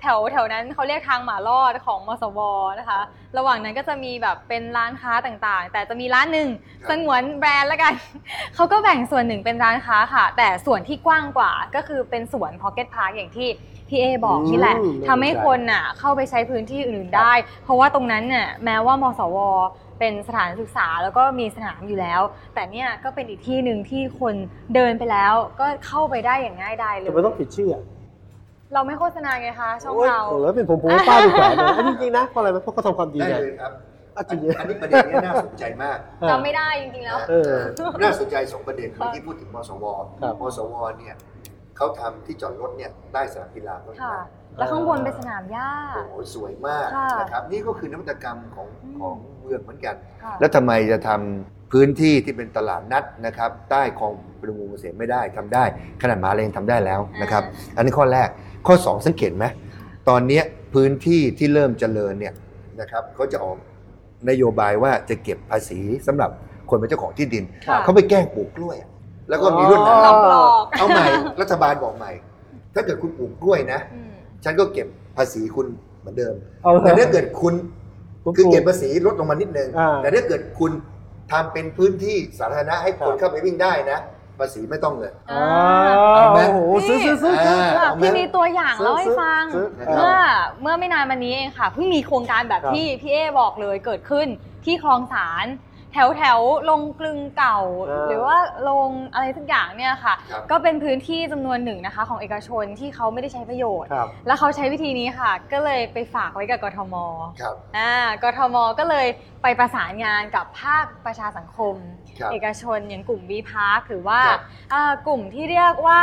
[SPEAKER 3] แถวแถวนั้นเขาเรียกทางหมาลอดของมสวนะคะ ระหว่างนั้นก็จะมีแบบเป็นร้านค้าต่างๆ แต่จะมีร้านหนึ่งสงวนแบรนด์ละกัน เขาก็แบ่งส่วนหนึ่งเป็นร้านค้าค่ะ แต่ส่วนที่กว้างกว่าก็คือเป็นสวนพ็อกเก็ตพาร์คอย่างที่พี่เอบอกนี่แหละ
[SPEAKER 1] อืม
[SPEAKER 3] ทำให้คน น่ะเข้าไปใช้พื้นที่อื่นได้ เพราะว่าตรงนั้นน่ะแม้ว่ามสว เป็นสถานศึกษาแล้วก็มีสนามอยู่แล้ว แต่เนี่ยก็เป็นอีกที่หนึ่งที่คนเดินไปแล้วก็เข้าไปได้อย่างง่ายดายเล
[SPEAKER 1] แต่
[SPEAKER 3] ย
[SPEAKER 1] ไม่ต้องปิดชื่อ
[SPEAKER 3] เราไม่โฆษณาไงคะช่อง
[SPEAKER 1] โอ้ย
[SPEAKER 3] เรา
[SPEAKER 1] โอ้แล้วเป็นผมผมว่าป้าดูแขวนเลยอันนี้จริงๆนะเพราะอะไรไหมเพราะเขาทำความดี
[SPEAKER 4] ได้
[SPEAKER 1] ไง
[SPEAKER 4] เลยครับ
[SPEAKER 1] อ่ะจริ
[SPEAKER 4] อัน
[SPEAKER 1] ง
[SPEAKER 4] นี้อันนี้ประเด็นเนี้น่าสนใจมาก
[SPEAKER 1] ๆ
[SPEAKER 3] จำไม่ได้จริงๆแล้ว
[SPEAKER 1] เออ
[SPEAKER 4] น่าสนใจสองประเด็นเมื่อกี้พูดถึงมสว
[SPEAKER 1] ครับ
[SPEAKER 4] มสวเนี่ยเขาทำที่จอดรถเนี่ยใต้สนามกีฬาก็
[SPEAKER 3] ค่ะ แล้วข้างบนเป็นสนามหญ้า
[SPEAKER 4] โอ้โหสวยมาก
[SPEAKER 3] ค่ะ
[SPEAKER 4] นะครับนี่ก็คือนวัตกรรมของ
[SPEAKER 3] อืม
[SPEAKER 4] ของเมืองเหมือนกัน
[SPEAKER 3] ค่ะ
[SPEAKER 4] แล้วทำไมจะทำพื้นที่ที่เป็นตลาดนัดนะครับ ใต้คลองประมงเกษมไม่ได้ทำได้ ขนาดหมาเลงทำได้แล้วนะครับ อันนี้ข้อแรกข้อ 2 สังเกตไหมตอนเนี้ยพื้นที่ที่เริ่มเจริญเนี่ยนะครับเขาจะออกนโยบายว่าจะเก็บภาษีสำหรับคนเป็นเจ้าของที่ดิน
[SPEAKER 3] ค่ะ
[SPEAKER 4] เขาไปแกล้งปลูกกล้วยอะแล้วก็มีรุ่นหนา
[SPEAKER 3] หล
[SPEAKER 4] ว
[SPEAKER 3] อกหลอก
[SPEAKER 4] เอาใหม่ รัฐบาลบอกใหม่ ถ้าเกิดคุณปลูกกล้วยนะ
[SPEAKER 3] อืม
[SPEAKER 4] ฉันก็เก็บภาษีคุณเหมือนเดิม
[SPEAKER 1] เอา
[SPEAKER 4] แต่
[SPEAKER 1] เล
[SPEAKER 4] ถ้าย เกิดคุณ คือเก็บภาษีลดลงมานิดนึง
[SPEAKER 1] อ่า
[SPEAKER 4] แต่ถ้าเกิดคุณทำเป็นพื้นที่สาธารณะให้คน
[SPEAKER 1] ครับ
[SPEAKER 4] เข้าไปวิ่งได้นะ ภาษีไม่ต้องเลย
[SPEAKER 1] อ่า
[SPEAKER 4] เอาไหม
[SPEAKER 1] โอ้โหซื้อซื้อซื้อ
[SPEAKER 4] อ่า
[SPEAKER 3] ค่ะพี่มีตัวอย่างเล่าให้ฟัง
[SPEAKER 1] ซื้อซื้อ
[SPEAKER 3] เมื่อเมื่อไม่นานมานี้เองค่ะเพิ่งมีโครงการแบบ
[SPEAKER 1] ครับ
[SPEAKER 3] ที่พี่เอบอกเลยเกิดขึ้นที่คลองสารแถวแถวลงกลึงเก่า หรือว่าลงอะไรสักอย่างเนี่ยค่ะ
[SPEAKER 4] ครับ
[SPEAKER 3] ก็เป็นพื้นที่จำนวนหนึ่งนะคะ ของเอกชนที่เขาไม่ได้ใช้ประโยชน์
[SPEAKER 1] ครับ
[SPEAKER 3] แล้วเขาใช้วิธีนี้ค่ะ ก็เลยไปฝากไว้กับกทม
[SPEAKER 4] ครับ
[SPEAKER 3] อ่ากทมก็เลยไปประสานงานกับภาคประชาสังคม
[SPEAKER 4] ครับ
[SPEAKER 3] เอกชนอย่างกลุ่มวีพาร์คหรือว่า
[SPEAKER 4] ครับ
[SPEAKER 3] อ่ากลุ่มที่เรียกว่า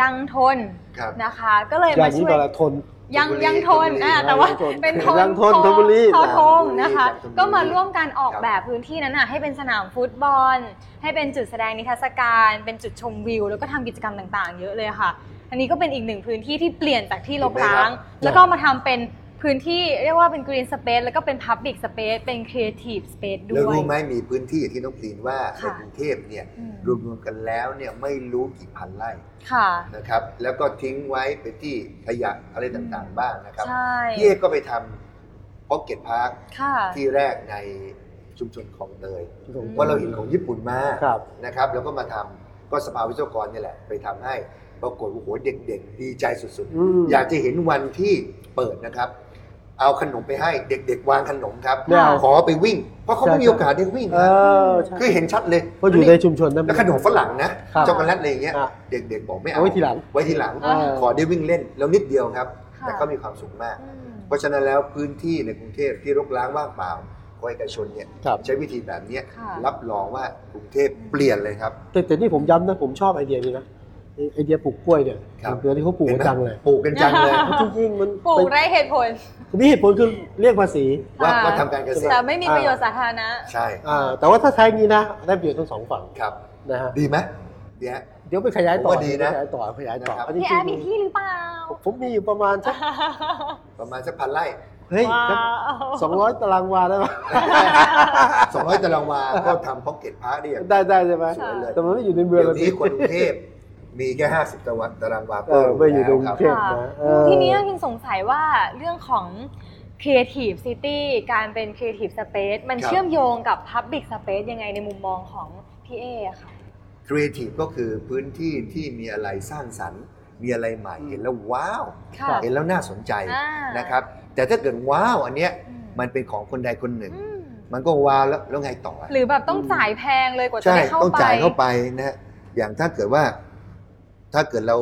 [SPEAKER 3] ยังทน
[SPEAKER 4] ครับ
[SPEAKER 3] นะคะ ก็เล
[SPEAKER 1] อย่าม
[SPEAKER 3] ยาง
[SPEAKER 1] นี้
[SPEAKER 3] ช่ว
[SPEAKER 1] ต
[SPEAKER 3] ย
[SPEAKER 1] อนละทน
[SPEAKER 3] ยัง
[SPEAKER 4] ธนบุรี
[SPEAKER 3] ยังทนอ่า
[SPEAKER 4] ธนบุรีอ่า
[SPEAKER 3] แต่ว่า
[SPEAKER 1] ยังทน
[SPEAKER 3] เป็นทน
[SPEAKER 1] ยังทน
[SPEAKER 3] โค
[SPEAKER 1] ธนบุรี
[SPEAKER 3] ทอทง
[SPEAKER 4] ธนบุรี
[SPEAKER 3] นะคะ
[SPEAKER 4] ธนบุรี
[SPEAKER 3] ก็มาร่วมกันออก
[SPEAKER 4] ครับ
[SPEAKER 3] แบบพื้นที่นั้นน่ะให้เป็นสนามฟุตบอล ให้เป็นจุดแสดงนิทรรศการ เป็นจุดชมวิว แล้วก็ทำกิจกรรมต่างๆ เยอะเลยค่ะ อันนี้ก็เป็นอีกหนึ่งพื้นที่ที่เปลี่ยนจากที่รกร้าง แล้วก็มาทำเป็นพื้นที่เรียกว่าเป็นกรีนสเปซแล้วก็เป็นพับบิ c สเปซเป็นครีเอทีฟสเปซด้
[SPEAKER 4] แล้ว
[SPEAKER 3] วย
[SPEAKER 4] รู้ไหมมีพื้นที่อย่างที่น้องพีนว่าใน
[SPEAKER 3] ค่ะ
[SPEAKER 4] กรุงเทพเนี่ย
[SPEAKER 3] อืม
[SPEAKER 4] รวมๆกันแล้วเนี่ยไม่รู้กี่พันไร่
[SPEAKER 3] ค่ะ
[SPEAKER 4] นะครับ แล้วก็ทิ้งไว้เป็นที่ขยะอะไรต่างๆบ้างนะครับ
[SPEAKER 3] ใช่
[SPEAKER 4] พี่เอกก็ไปทำพ็อกเก็ตพาร์ค
[SPEAKER 3] ค่ะ
[SPEAKER 4] ที่แรกในชุมชนของเตย
[SPEAKER 3] อืม
[SPEAKER 4] ว่าะเราเห็นของญี่ปุ่นมา
[SPEAKER 1] ครับ
[SPEAKER 4] นะครับแล้วก็มาทำก็สภาวิศวกรเนี่ยแหละ ไปทำให้ปรากฏว่าโอ้โหเด็กๆ ดีใจสุด
[SPEAKER 1] อืม
[SPEAKER 4] ๆ อยากจะเห็นวันที่เปิดนะครับ เอาขนมไปให้เด็กๆ วางขนมครับ
[SPEAKER 1] ไม่เอา
[SPEAKER 4] ขอไปวิ่ง เพราะเขา
[SPEAKER 1] ใช่
[SPEAKER 4] ไม่มีโอกาสได้วิ่ง
[SPEAKER 1] เอ
[SPEAKER 4] นะ
[SPEAKER 1] อใช่
[SPEAKER 4] คือเห็นชัดเลย
[SPEAKER 1] เพราะอยู่ในชุมชนนั้น
[SPEAKER 4] แล้วขนมฝรั่งนะครับ ช็อกโกแลตอะไรอย่างเงี้ย
[SPEAKER 1] อ่ะ
[SPEAKER 4] เด็กๆ บอกไม่เอา
[SPEAKER 1] เอาไว้ทีหลัง
[SPEAKER 4] ไว้ทีหลัง
[SPEAKER 1] เออ
[SPEAKER 4] ขอได้วิ่งเล่นแล้วนิดเดียวครับ
[SPEAKER 3] ค่ะ
[SPEAKER 4] แต่ก็มีความสุขมาก
[SPEAKER 3] อืม
[SPEAKER 4] เพราะฉะนั้นแล้วพื้นที่ในกรุงเทพที่รกร้างว่างเปล่า ของเอกชนเนี่ย
[SPEAKER 1] ครับ
[SPEAKER 4] ใช้วิธีแบบเนี้ย
[SPEAKER 3] ค่ะ
[SPEAKER 4] รับรองว่ากรุงเทพเปลี่ยนเลยครับ
[SPEAKER 1] แต่แต่นี่ผมย้ำนะผมชอบไอเดียนี้นะไอ้ไอเดียปลูกกล้วยเนี่ย
[SPEAKER 4] ครับ
[SPEAKER 1] เดือนที่เขาปลูกกันจังเลย
[SPEAKER 4] ปลูกกันจังเลย
[SPEAKER 3] อ่า
[SPEAKER 1] จริงๆมัน
[SPEAKER 3] ปลูกไรเหตุผล
[SPEAKER 1] มีเหตุผลคือเรียกภาษี
[SPEAKER 4] ว่า
[SPEAKER 3] ค่ะ
[SPEAKER 4] ว่าทำการเกษตร
[SPEAKER 3] แต่ไม่มีประโยชน์สาธารณะ
[SPEAKER 4] ใช่
[SPEAKER 1] อ่าแต่ว่าถ้าใช้งี้นะ ได้ประโยชน์ทั้งสองฝั่ง
[SPEAKER 4] ครับ
[SPEAKER 1] นะฮะ
[SPEAKER 4] ดีไหมดีฮะ
[SPEAKER 1] เดี๋ยวไปขยายต่
[SPEAKER 4] ผม
[SPEAKER 1] อ
[SPEAKER 4] ว่าดีนะ
[SPEAKER 1] ขยายต่อขยายต่อ
[SPEAKER 4] นะครับ
[SPEAKER 1] อันนี้จ
[SPEAKER 3] พี่แอ
[SPEAKER 1] ริ
[SPEAKER 3] ดมีที่
[SPEAKER 1] ง
[SPEAKER 3] หรือเปล่า
[SPEAKER 1] ผมผมมีอยู่ประมาณสัก
[SPEAKER 4] ประมาณสักพันไร่
[SPEAKER 1] เฮ้ย
[SPEAKER 3] ว้าว
[SPEAKER 1] สองร้อยตารางวาได้ไหม
[SPEAKER 4] สองร้อยตารางวา ก็ทำพ็อกเก็ตพาร์ได้อย่าง
[SPEAKER 1] ได้ได้ใช่ไหม
[SPEAKER 4] สวยเลย
[SPEAKER 1] แต่มันไม่อยู่ในเมือง
[SPEAKER 4] เดี๋ยว
[SPEAKER 1] อะ
[SPEAKER 4] นี้คนกรุงเทพมีแค่ห้าสิบตารางตารางวา
[SPEAKER 1] เออไม่อยู่ในกรุงเทพ
[SPEAKER 3] ค่ะ
[SPEAKER 1] นะเออ
[SPEAKER 3] ทีนี้คิงสงสัยว่าเรื่องของ Creative City การเป็น Creative Space มันเชื่อมโยงกับ Public Space ยังไงในมุมมองของพี่เออะค่ะ
[SPEAKER 4] ครีเอทีฟก็คือพื้นที่ที่มีอะไรสร้างสรรค์ มีอะไรใหม่เห็นแล้วว้าว
[SPEAKER 3] ค่ะ
[SPEAKER 4] เห็นแล้วน่าสนใจ
[SPEAKER 3] อ่าน
[SPEAKER 4] นะครับ แต่ถ้าเกิดว้าวอันเนี้ย
[SPEAKER 3] อื
[SPEAKER 4] มันเป็นของคนใดคนหนึ่ง
[SPEAKER 3] อืม
[SPEAKER 4] มันก็ว้าวแล้วแล้วไงต่ออะ
[SPEAKER 3] หรือแบบต้องจ่ายแพงเลยกว่าจะ
[SPEAKER 4] ใช่
[SPEAKER 3] ได้เข้า
[SPEAKER 4] ต้อง
[SPEAKER 3] ไป
[SPEAKER 4] จ่ายเข้าไปนะฮะอย่างถ้าเกิดว่า ถ้าเกิดเรา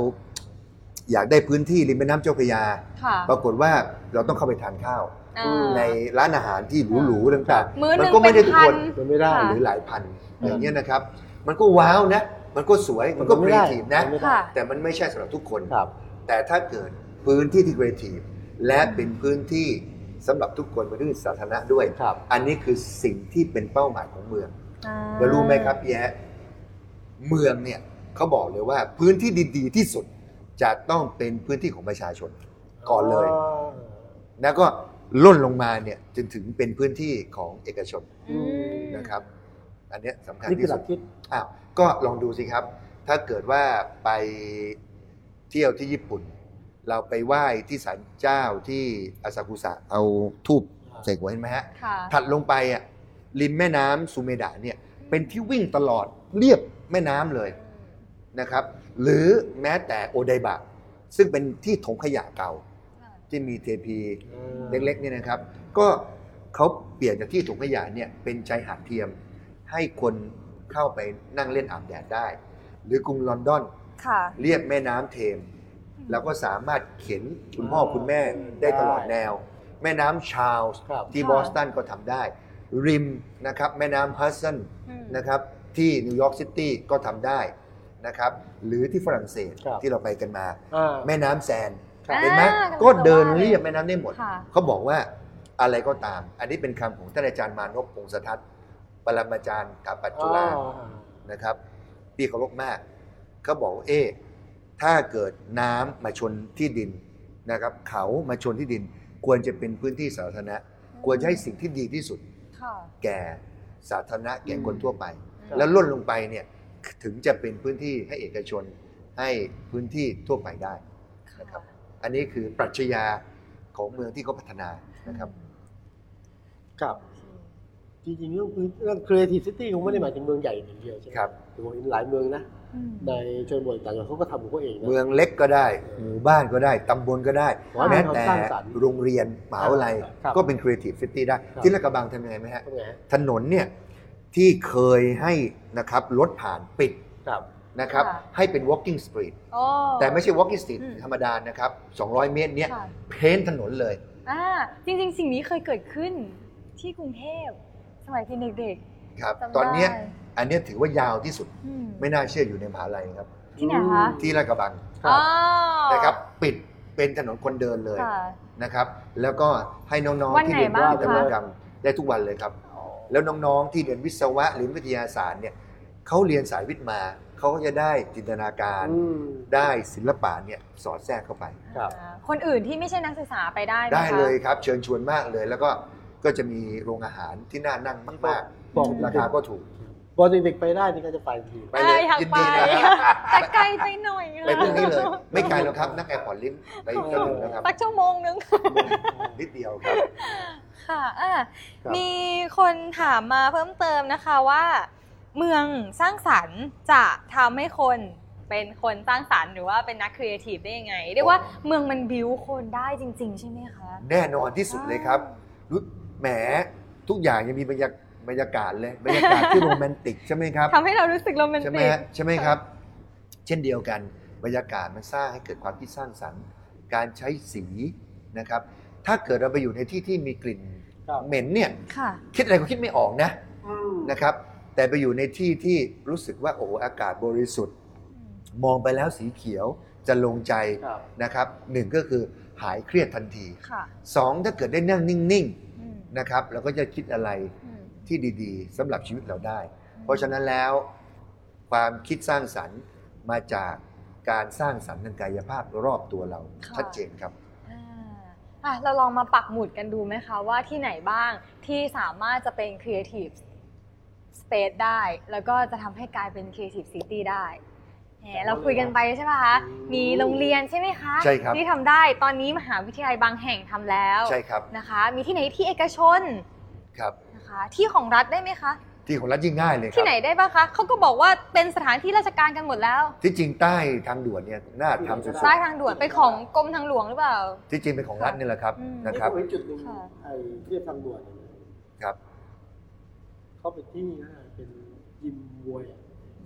[SPEAKER 4] อยากได้พื้นที่ริมแม่น้ำเจ้าพระยา
[SPEAKER 3] ค่ะ
[SPEAKER 4] ปรากฏว่าเราต้องเข้าไปทานข้าว
[SPEAKER 3] อ่า
[SPEAKER 4] ในร้านอาหารที่หรูๆต่าง
[SPEAKER 3] มื้อหนึ่ง
[SPEAKER 4] มัก็ไม่ได้ทุกคน
[SPEAKER 3] เป็นพัน
[SPEAKER 1] มันไม่ได้
[SPEAKER 3] ค่ะ
[SPEAKER 4] หรือหลายพันอย่างเงี้ยนะครับ มันก็ว้าวนะ มันก็สวยมันก็ครีเอทีฟนะ
[SPEAKER 1] มันไม่ได้
[SPEAKER 3] ค่ะ
[SPEAKER 4] แต่มันไม่ใช่สำหรับทุกคน
[SPEAKER 1] ครับ
[SPEAKER 4] แต่ถ้าเกิดพื้นที่ที่ครีเอทีฟและเป็นพื้นที่สำหรับทุกคนเป็นพื้นที่สาธารณะด้วย
[SPEAKER 1] ครับ
[SPEAKER 4] อันนี้คือสิ่งที่เป็นเป้าหมายของเมืองแล้วรู้ไหมครับพี่แอะเมืองเนี่ยเขาบอกเลยว่าพื้นที่ดีๆที่สุดจะต้องเป็นพื้นที่ของประชาชนก่อนเลย แล้วก็ล่นลงมาเนี่ยจนถึงเป็นพื้นที่ของเอกชน
[SPEAKER 1] อืม
[SPEAKER 4] นะครับ อันเนี้ยสำคัญ
[SPEAKER 1] นี่คือ
[SPEAKER 4] ที่
[SPEAKER 1] ห
[SPEAKER 4] สุ
[SPEAKER 1] ลั
[SPEAKER 4] ด
[SPEAKER 1] กคิด
[SPEAKER 4] อ้าวก็ลองดูสิครับ ถ้าเกิดว่าไปเที่ยวที่ญี่ปุ่น เราไปไหว้ที่ศาลเจ้าที่อาซากุสะเอาทูบใส่หัวเห็นไหมฮะ
[SPEAKER 3] ค่ะ
[SPEAKER 4] ถัดลงไปอ่ะริมแม่น้ำซูเมดะเนี่ยเป็นที่วิ่งตลอดเรียบแม่น้ำเลยนะครับ หรือแม้แต่โอไดบะซึ่งเป็นที่ถงขยะเก่าที่มีเทพี เล็กๆเนี่ยนะครับ ก็เขาเปลี่ยนจากที่ถุงขยะเนี่ยเป็นชายหาดเทียม ให้คนเข้าไปนั่งเล่นอาบแดดได้ หรือกรุงลอนดอน
[SPEAKER 3] ค่ะ
[SPEAKER 4] เรียบแม่น้ำเทมส์แล้วก็สามารถเข็นคุณพ่อคุณแม่ได้ตลอดแนว แม่น้ำชาลส์
[SPEAKER 1] ครับ
[SPEAKER 4] ที่
[SPEAKER 3] ค่ะ
[SPEAKER 4] บอสตันก็ทำได้ ริมนะครับแม่น้ำฮัดสัน
[SPEAKER 3] อืม
[SPEAKER 4] นะครับที่นิวยอร์กซิตี้ก็ทำได้นะครับหรือที่ฝรั่งเศส
[SPEAKER 1] ครับ
[SPEAKER 4] ที่เราไปกันมา
[SPEAKER 1] อ่า
[SPEAKER 4] แม่น้ำแซน
[SPEAKER 1] ครับ
[SPEAKER 4] เห็นไหม
[SPEAKER 3] อ่ากำลังจะ
[SPEAKER 4] ก็เดิน
[SPEAKER 3] ว่าเลย
[SPEAKER 4] เรียบแม่น้ำได้หมด
[SPEAKER 3] ค่ะ
[SPEAKER 4] เขาบอกว่าอะไรก็ตาม อันนี้เป็นคำของท่านอาจารย์มานพพงศทัศน์ปรมาจารย์ถาปัจจุฬา
[SPEAKER 1] อ๋อ
[SPEAKER 4] นะครับที่เคารพมาก เขาบอกว่าเอ๊ะถ้าเกิดน้ำมาชนที่ดินนะครับ เขามาชนที่ดิน ควรจะเป็นพื้นที่สาธารณะ ควรจะให้สิ่งที่ดีที่สุด
[SPEAKER 3] ค่ะ
[SPEAKER 4] แก่สาธารณะแก่คนทั่วไป
[SPEAKER 3] ครับ
[SPEAKER 4] แล้วล่นลงไปเนี่ยถึงจะเป็นพื้นที่ให้เอกชนให้พื้นที่ทั่วไปได้นะครับอันนี้คือปรัชญาของเมืองที่เขาพัฒนานะครับ
[SPEAKER 1] ครับ จริงๆเรื่องพื้นเรื่อง Creative City คงไม่ได้หมายถึงเมืองใหญ่อย่างเดียวใช่ไหม
[SPEAKER 4] ครับ
[SPEAKER 1] แต่ผมเห็นหลายเมืองนะ
[SPEAKER 3] อืม
[SPEAKER 1] ในชนบทต่างๆเขาก็ทำของเขาเองนะ
[SPEAKER 4] เมืองเล็กก็ได้ หมู่บ้านก็ได้ ตำบลก็ได้
[SPEAKER 1] ขอให้
[SPEAKER 4] แม้
[SPEAKER 1] ความ
[SPEAKER 4] แต่
[SPEAKER 1] สร้างสรรค์
[SPEAKER 4] โรงเรียนมหาวิทยาลัย
[SPEAKER 1] ครับ
[SPEAKER 4] ก็เป็นครีเอทีฟซิตี้ได้
[SPEAKER 1] ครับ
[SPEAKER 4] ที่ลาดกระบังทำยังไงไหมฮะ
[SPEAKER 1] ทำไงฮะ
[SPEAKER 4] ถนนเนี่ยที่เคยให้นะครับรถผ่านปิด
[SPEAKER 1] ครับ
[SPEAKER 4] นะครับ
[SPEAKER 3] ค่ะ
[SPEAKER 4] ให้เป็น walking street
[SPEAKER 3] โอ้
[SPEAKER 4] แต่ไม่ใช่ walking street
[SPEAKER 3] อืม
[SPEAKER 4] ธรรมดานะครับ 200 เมตรเนี่ย
[SPEAKER 3] ค่ะ
[SPEAKER 4] เพ้นถนนเลย
[SPEAKER 3] อ่าจริงๆ สิ่งนี้เคยเกิดขึ้นที่กรุงเทพ สมัยเป็นเด็ก
[SPEAKER 4] ครับ
[SPEAKER 3] ๆจำได้
[SPEAKER 4] ตอนเนี้ยอันเนี้ยถือว่ายาวที่สุด
[SPEAKER 3] อืม
[SPEAKER 4] ไม่น่าเชื่ออยู่ในมหาลัยครับ
[SPEAKER 3] ที่ไหนคะ
[SPEAKER 4] ที่ลาดกระบัง
[SPEAKER 1] ครับ
[SPEAKER 3] อ๋อ
[SPEAKER 4] นะครับ ปิดเป็นถนนคนเดินเลย
[SPEAKER 3] ค่ะ
[SPEAKER 4] นะครับแล้วก็ให้น้อง
[SPEAKER 3] วั
[SPEAKER 4] ๆ
[SPEAKER 3] น
[SPEAKER 4] ที่
[SPEAKER 3] ไหน
[SPEAKER 4] เรียน
[SPEAKER 3] บ้าง
[SPEAKER 4] วิท
[SPEAKER 3] คะ
[SPEAKER 4] ยากรรมได้ทุกวันเลยครับ แล้วน้องๆที่เรียนวิศวะหรือวิทยาศาสตร์เนี่ยเขาเรียนสายวิทย์มาเขาก็จะได้จินตนาการ
[SPEAKER 1] อืม
[SPEAKER 4] ได้ศิลปะเนี่ยสอดแทรกเข้าไป
[SPEAKER 1] ครับ
[SPEAKER 3] อ่าคนอื่นที่ไม่ใช่นักศึกษาไปได้หมคะ
[SPEAKER 4] ได้เลยครับ เชิญชวนมากเลยแล้วก็ก็จะมีโรงอาหารที่น่านั่งมาก
[SPEAKER 1] บอก
[SPEAKER 4] ๆ ราคาก็ถูก
[SPEAKER 1] พอกเด็กๆไปได้นี่ก็จะไปที
[SPEAKER 4] ไปเลย
[SPEAKER 3] อ่ะอยาก
[SPEAKER 4] ยินดีนะ
[SPEAKER 3] ไป แต่ไกลไปหน่อย
[SPEAKER 4] ไปพรุ่งนี้เลย ไม่ไกลหรอกครับนักแอร์พอร์ตลิงก์ไปก็ถึงแล้วครับ
[SPEAKER 3] สักชั่วโมงนึง
[SPEAKER 4] นิดเดียวครับ
[SPEAKER 3] ค่ะอ่ะ
[SPEAKER 4] ครับ
[SPEAKER 3] มีคนถามมาเพิ่มเติมนะคะว่า เมืองสร้างสรรค์จะทำให้คนเป็นคนสร้างสรรค์หรือว่าเป็นนักครีเอทีฟได้ยังไง เรียกว่าเมืองมันบิวคนได้จริง ๆ ใช่ไหมคะ
[SPEAKER 4] แน่นอนที่สุดเลยครับ รู้แหมทุกอย่างยังมีบรรยากบรรยากาศเลย บรรยากาศที่โรแมนติกใช่ไหมครับ
[SPEAKER 3] ทำให้เรารู้สึกโรแมน
[SPEAKER 4] ใช่ไหม
[SPEAKER 3] ติก
[SPEAKER 4] ฮะใช่ไหมครับ เช่นเดียวกัน บรรยากาศมันสร้างให้เกิดความคิดสร้างสรรค์ การใช้สีนะครับ ถ้าเกิดเราไปอยู่ในที่ที่มีกลิ่น
[SPEAKER 1] ครับ
[SPEAKER 4] เหม็นเนี่ย
[SPEAKER 3] ค่ะ
[SPEAKER 4] คิดอะไรก็คิดไม่ออกนะ นะครับแต่ไปอยู่ในที่ที่รู้สึกว่าโอ้โหอากาศบริสุทธิ์ มองไปแล้วสีเขียวจะลงใจ
[SPEAKER 1] ครับ
[SPEAKER 4] นะครับหนึ่งก็คือหายเครียดทันที
[SPEAKER 3] ค่ะ
[SPEAKER 4] สองถ้าเกิดได้นั่งนิ่ง
[SPEAKER 3] อืม
[SPEAKER 4] ๆนะครับเราก็จะคิดอะไร
[SPEAKER 3] อืม
[SPEAKER 4] ที่ดีๆสำหรับชีวิตเราได้ เพราะฉะนั้นแล้วความคิดสร้างสรรค์มาจากการสร้างสรรค์ทางกายภาพรอบตัวเรา
[SPEAKER 3] ะ
[SPEAKER 4] ชัดเจนครับ
[SPEAKER 3] อ่าอ่ะเราลองมาปักหมุดกันดูไหมคะ ว่าที่ไหนบ้างที่สามารถจะเป็น Creative Space ได้ แล้วก็จะทำให้กลายเป็น Creative City ได้แหมเราคุยกันไปใช่ไหมคะ มีโรงเรียนใช่ไหมคะ
[SPEAKER 4] ใช่ครับ
[SPEAKER 3] ที่ทำได้ตอนนี้มหาวิทยาลัยบางแห่งทำแล้ว
[SPEAKER 4] ใช่ครับ
[SPEAKER 3] นะคะ มีที่ไหนที่เอกชน
[SPEAKER 4] ครับ
[SPEAKER 3] นะคะ ที่ของรัฐได้ไหมคะ
[SPEAKER 4] ที่ของรัฐยิ่งง่ายเลยครับ
[SPEAKER 3] ที่ไหนได้บ้างคะเขาก็บอกว่าเป็นสถานที่ราชการกันหมดแล้ว
[SPEAKER 4] ที่จริงใต้ทางด่วนเนี่ยน่าทำสุด
[SPEAKER 3] ใต้ทางด่วนเป็นของกรมทางหลวงหรือเปล่า
[SPEAKER 4] ๆที่จริงเป็นของรัฐนี่แหละครับ
[SPEAKER 3] อืม
[SPEAKER 4] นะครับ
[SPEAKER 1] ผมเห็นจุดหนึ่ง
[SPEAKER 3] ค่ะ
[SPEAKER 1] ไอ้เทียบทางด่วนเนี่ย
[SPEAKER 4] ครับ
[SPEAKER 1] เขาเป็นที่นะเป็นยิมมวย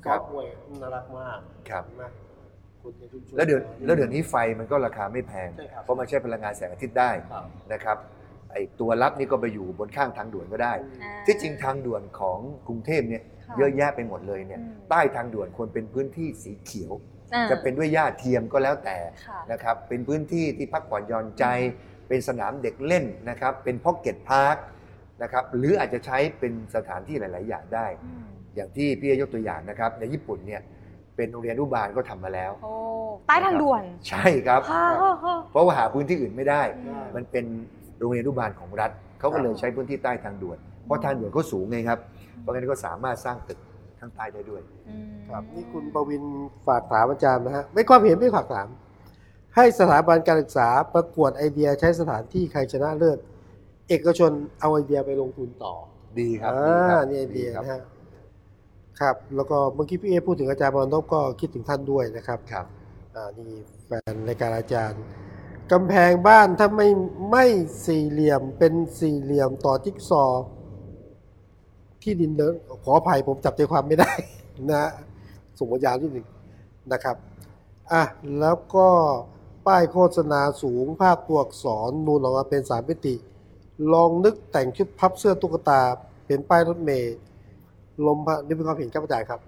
[SPEAKER 4] ครับ
[SPEAKER 1] กอล์ฟมวยน่ารักมาก
[SPEAKER 4] ครับ
[SPEAKER 1] เห็นไหมคนในชุมช
[SPEAKER 4] แล้วเดี๋ยวแล้วเดี๋ยวนี้ไฟมันก็ราคาไม่แพง
[SPEAKER 1] ใช่ครับ
[SPEAKER 4] เพราะมันใช้พลังงานแสงอาทิตย์ได้
[SPEAKER 1] ครับ
[SPEAKER 4] นะครับไอตัวรับนี่ก็ไปอยู่บนข้างทางด่วนก็ได้
[SPEAKER 3] อ่า
[SPEAKER 4] ที่จริงทางด่วนของกรุงเทพเนี่ย
[SPEAKER 3] ค่ะ
[SPEAKER 4] เยอะแยะไปหมดเลยเนี่ย
[SPEAKER 3] อืม
[SPEAKER 4] ใต้ทางด่วนควรเป็นพื้นที่สีเขียว
[SPEAKER 3] อ่า
[SPEAKER 4] จะเป็นด้วยหญ้าเทียมก็แล้วแต่
[SPEAKER 3] ค่ะ
[SPEAKER 4] นะครับเป็นพื้นที่ที่พักผ่อนหย่อนใจ เป็นสนามเด็กเล่นนะครับเป็นพ็อกเก็ตพาร์คนะครับหรืออาจจะใช้เป็นสถานที่หลาย ๆ อย่างได้
[SPEAKER 3] อืม
[SPEAKER 4] อย่างที่พี่เอยกตัวอย่างนะครับในญี่ปุ่นเนี่ยเป็นโรงเรียนอนุบาลก็ทำมาแล้ว
[SPEAKER 3] โอ้ใต้ทางด่วน
[SPEAKER 4] ใช่ครับ
[SPEAKER 3] ฮ่าฮ่าฮ่า
[SPEAKER 4] เพราะว่าหาพื้นที่อื่นไม่ได้
[SPEAKER 3] อืม
[SPEAKER 4] มันเป็นโรงเรียนอนุบาลของรัฐ เขาก็เลยใช้พื้นที่ใต้ทางด่วน เพราะทางด่วนเขาสูงไงครับ เพราะงั้นก็สามารถสร้างตึกข้างใต้ได้ด้วย
[SPEAKER 1] ครับนี่คุณประวินฝากถามอาจารย์นะฮะไม่ความเห็นไม่ฝากถาม ให้สถาบันการศึกษาประกวดไอเดียใช้สถานที่ใครชนะเลิศเอกชนเอาไอเดียไปลงทุนต่อ
[SPEAKER 4] ดีครับ
[SPEAKER 1] อ่
[SPEAKER 4] ดีค
[SPEAKER 1] า
[SPEAKER 4] รับ
[SPEAKER 1] นี่ไอเดีย
[SPEAKER 4] ครับ
[SPEAKER 1] นะฮะครับ แล้วก็เมื่อกี้พี่เอพูดถึงอาจารย์บอลทบก็คิดถึงท่านด้วยนะครับ
[SPEAKER 4] ครับ
[SPEAKER 1] อ่านี่แฟนรายการอาจารย์กำแพงบ้านถ้าไม่ไม่สี่เหลี่ยมเป็นสี่เหลี่ยมต่อจิ๊กซอว์ที่ดินเดินขออภัยผมจับใจความไม่ได้ นะฮะสมมติยาวนิดหนึ่งนะครับอ่ะแล้วก็ป้ายโฆษณาสูงภาพตัวอักษรนูนออกมาเป็นสามมิติ ลองนึกแต่งชุดพับเสื้อตุ๊กตา เป็นป้ายรถเมล์ลมพัดนี่เป็นความเห็นครับอาจารย์ครับ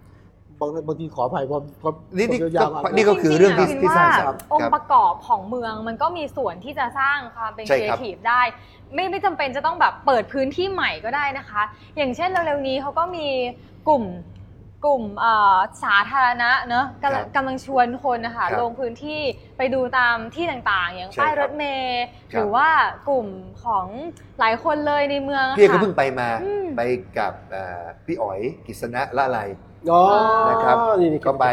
[SPEAKER 1] บางบางทีขออภัยความความ
[SPEAKER 4] นี่นี่
[SPEAKER 1] ความ
[SPEAKER 4] ก็
[SPEAKER 1] ยาวๆ
[SPEAKER 4] นี่ก็คือเรื่องที่
[SPEAKER 3] จๆะ
[SPEAKER 4] ที่สร้างสรร
[SPEAKER 3] พิ
[SPEAKER 4] ค์
[SPEAKER 3] มพ์ว่อง
[SPEAKER 4] ครั
[SPEAKER 3] ค์
[SPEAKER 4] บ
[SPEAKER 3] ประกอบของเมืองมันก็มีส่วนที่จะสร้างความเป็น
[SPEAKER 4] ใช่
[SPEAKER 3] ครี
[SPEAKER 4] ค
[SPEAKER 3] เอ
[SPEAKER 4] รับ
[SPEAKER 3] ทีฟได้ ไม่ไม่จำเป็นจะต้องแบบเปิดพื้นที่ใหม่ก็ได้นะคะ อย่างเช่นเร็วๆนี้เขาก็มีกลุ่มกลุ่มเอ่อสาธารณะเนอะกำลัง
[SPEAKER 4] ครับ
[SPEAKER 3] กำลังชวนคนนะคะ
[SPEAKER 4] ครับ
[SPEAKER 3] ลงพื้นที่ไปดูตามที่ต่างๆ อย่าง
[SPEAKER 4] ใช่
[SPEAKER 3] ป้าย
[SPEAKER 4] ครั
[SPEAKER 3] ร
[SPEAKER 4] บ
[SPEAKER 3] ถเมล์
[SPEAKER 4] ครับ
[SPEAKER 3] หรือว่ากลุ่มของหลายคนเลยในเมืองอะ
[SPEAKER 4] พี่เอกก็
[SPEAKER 3] ค่ะ
[SPEAKER 4] เพิ่งไปมา
[SPEAKER 3] อืม
[SPEAKER 4] ไปกับเอ่อพี่อ๋อยกิษณะละไล
[SPEAKER 1] อ๋อ
[SPEAKER 4] นะครับ
[SPEAKER 1] นี่นี่
[SPEAKER 4] ก็ไป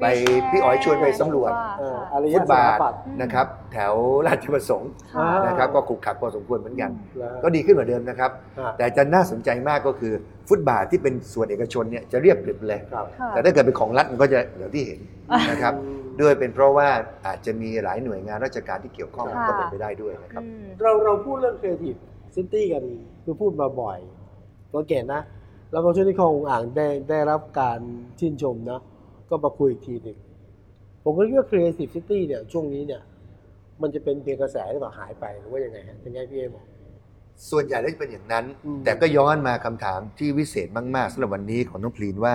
[SPEAKER 4] ไปพี่อ๋อยชวนไปสำรวจ
[SPEAKER 1] เอ่อ
[SPEAKER 3] ค่ะ
[SPEAKER 1] อารย
[SPEAKER 4] ฟุต
[SPEAKER 1] ส
[SPEAKER 4] บา
[SPEAKER 1] ถา
[SPEAKER 4] ท
[SPEAKER 1] ปัตย์
[SPEAKER 4] นะครับ แถวราชประสงค์
[SPEAKER 3] ค่ะ
[SPEAKER 1] อ่า
[SPEAKER 4] นะครับก็ขรุกขลักพอสมควรเหมือนกัน
[SPEAKER 1] นะฮะ
[SPEAKER 4] ก็ดีขึ้นกว่าเดิมนะครับ
[SPEAKER 1] อ่ะ
[SPEAKER 4] แต่จะน่าสนใจมากก็คือฟุตบาทที่เป็นส่วนเอกชนเนี่ยจะเรียบกริบเลย
[SPEAKER 1] ครับ
[SPEAKER 3] ค่ะ
[SPEAKER 4] แต่ถ้าเกิดเป็นของรัฐมันก็จะอย่างที่เห็นนะครับ
[SPEAKER 1] อืม
[SPEAKER 4] ด้วยเป็นเพราะว่าอาจจะมีหลายหน่วยงานราชการที่เกี่ยวข้อง
[SPEAKER 3] ค่ะ
[SPEAKER 4] ก็เป็นไปได้ด้วยนะครับ
[SPEAKER 3] อืม
[SPEAKER 1] เราเราพูดเรื่อง Creative City กันคือพูดมาบ่อยตัวเก่งนะ แล้วก็ช่วงที่คลองอ่างได้ได้รับการชื่นชมนะ ก็มาคุยอีกทีหนึ่งผมก็เรียกว่า Creative City เนี่ยช่วงนี้เนี่ย มันจะเป็นเพียงกระแสหรือเปล่าหายไปหรือว่ายังไงฮะยังไงพี่เอบอก
[SPEAKER 4] ส่วนใหญ่แล้วจะเป็นอย่างนั้น
[SPEAKER 1] อืม
[SPEAKER 4] แต่ก็ย้อนมาคำถามที่วิเศษมาก ๆสำหรับวันนี้ของน้องพลีนว่า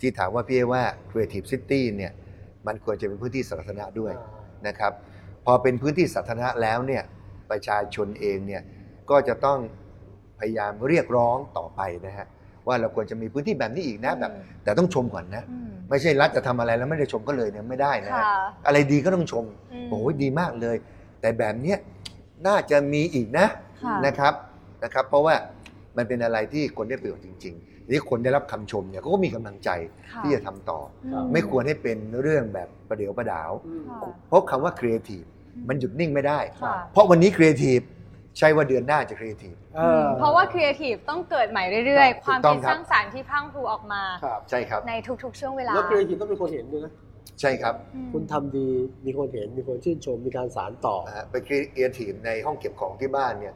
[SPEAKER 4] ที่ถามว่าพี่เอว่า Creative City เนี่ยมันควรจะเป็นพื้นที่สาธารณะด้วย นะครับพอเป็นพื้นที่สาธารณะแล้วเนี่ยประชาชนเองเนี่ยก็จะต้องพยายามเรียกร้องต่อไปนะฮะว่าเราควรจะมีพื้นที่แบบนี้อีกนะแบบแต่ต้องชมก่อนนะ
[SPEAKER 3] อืม
[SPEAKER 4] ไม่ใช่รัฐจะทำอะไรแล้วไม่ได้ชมก็เลยเนี่ยไม่ได้นะฮะ
[SPEAKER 3] ค่ะ
[SPEAKER 4] อะไรดีก็ต้องชม
[SPEAKER 3] ม
[SPEAKER 4] โอ้ยดีมากเลย แต่แบบเนี้ยน่าจะมีอีกนะ
[SPEAKER 3] ค่ะ
[SPEAKER 4] นะครับนะครับเพราะว่ามันเป็นอะไรที่คนได้ประโยชน์จริงๆที่คนได้รับคำชมเนี่ยเขาก็มีกำลังใจ
[SPEAKER 3] ค่
[SPEAKER 4] ที่จะทำต่อ
[SPEAKER 3] อื
[SPEAKER 4] ไม่ควรให้เป็นเรื่องแบบประเดี๋ยวประดาว
[SPEAKER 3] ค่ะ
[SPEAKER 4] เพราะคำว่าครีเอทีฟมันหยุดนิ่งไม่ได้
[SPEAKER 3] ค่ะ
[SPEAKER 4] เพราะวันนี้ครีเอทีฟใช่ว่าเดือนหน้าจะครีเอทีฟ
[SPEAKER 1] อ่อ
[SPEAKER 3] เพราะว่าครีเอทีฟต้องเกิดใหม่เรื่อยๆ
[SPEAKER 4] ถูก
[SPEAKER 3] ความ
[SPEAKER 4] ต้อ
[SPEAKER 3] คิ
[SPEAKER 4] ง
[SPEAKER 3] ด
[SPEAKER 4] ครั
[SPEAKER 3] ส
[SPEAKER 4] บ
[SPEAKER 3] ร้างสรรค์ที่พรังพรูออกมา
[SPEAKER 1] ครับ
[SPEAKER 4] ใช่ครับ
[SPEAKER 3] ในทุกๆ ช่วงเวลา
[SPEAKER 1] แล้ว Creative ต้องเป็นคนเห็นด้วยนะ
[SPEAKER 4] ใช่ครับ
[SPEAKER 3] อืม
[SPEAKER 1] คุณทำดีมีคนเห็นมีคนชื่นชมมีการสารต่อ
[SPEAKER 4] อ่าไปครีเอทีฟในห้องเก็บของที่บ้าน เนี่ย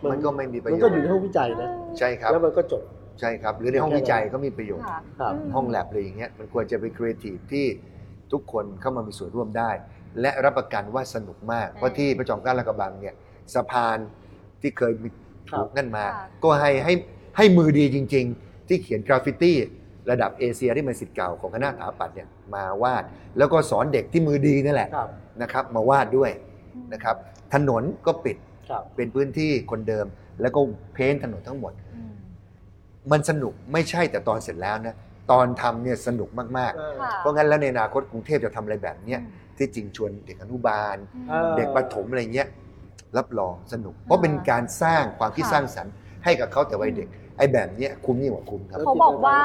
[SPEAKER 1] มัน
[SPEAKER 4] มันก็ไม่มีประ
[SPEAKER 1] มั
[SPEAKER 4] โย
[SPEAKER 1] น
[SPEAKER 4] ช
[SPEAKER 1] ก็อยู่ใน
[SPEAKER 4] น์
[SPEAKER 1] ห้องวิจัยนะ
[SPEAKER 4] ใช่ครับ
[SPEAKER 1] แล้วมันก็จบ
[SPEAKER 4] ใช่ครับ หรือในห้องวิจัยก็มีประโยชน์
[SPEAKER 3] ค่ะ
[SPEAKER 1] ครับ
[SPEAKER 3] ม
[SPEAKER 4] ห้องแลบอะไรอย่างเงี้ยมันควรจะเป็นครีเอทีฟที่ทุกคนเข้ามามีส่วนร่วมได้ และรับประกันว่าสนุกมาก เพราะที่พระจอมเกล้าลาดกระบังเนี่ยสะพานที่เคยมี
[SPEAKER 1] ครับ
[SPEAKER 4] นั่นมา
[SPEAKER 3] ค่ะ
[SPEAKER 4] ก็ให้ให้ให้มือดีจริง ๆ ที่เขียนกราฟฟิตี้ระดับเอเชียที่เป็นสิทธิ์เก่าของคณะสถาปัตย์เนี่ยมาวาด แล้วก็สอนเด็กที่มือดีนั่นแหละ
[SPEAKER 1] ครับ
[SPEAKER 4] นะครับ มาวาดด้วยนะครับ ถนนก็ปิด
[SPEAKER 1] ครับ
[SPEAKER 4] เป็นพื้นที่คนเดิม แล้วก็เพ้นถนนทั้งหมด
[SPEAKER 3] อืม
[SPEAKER 4] มันสนุกไม่ใช่แต่ตอนเสร็จแล้วนะตอนทำเนี่ยสนุกมาก
[SPEAKER 3] ค่ะ
[SPEAKER 4] ๆ เพราะงั้นแล้วในอนาคตกรุงเทพจะทำอะไรแบบเนี้ยที่จริงชวนเด็กอนุบาล
[SPEAKER 3] อืม
[SPEAKER 1] เอ่อ
[SPEAKER 4] เด็กประถมอะไรเงี้ยรับรองสนุก เพราะเป็นการสร้างความคิด
[SPEAKER 3] ค่ะ
[SPEAKER 4] สร้างสรรค์ให้กับเขาแต่วัยเด็กไอ้แบบเนี้ยคุ้มยิ่งกว่าคุ้มครับ
[SPEAKER 1] แล้ว
[SPEAKER 3] เขาบอกว่า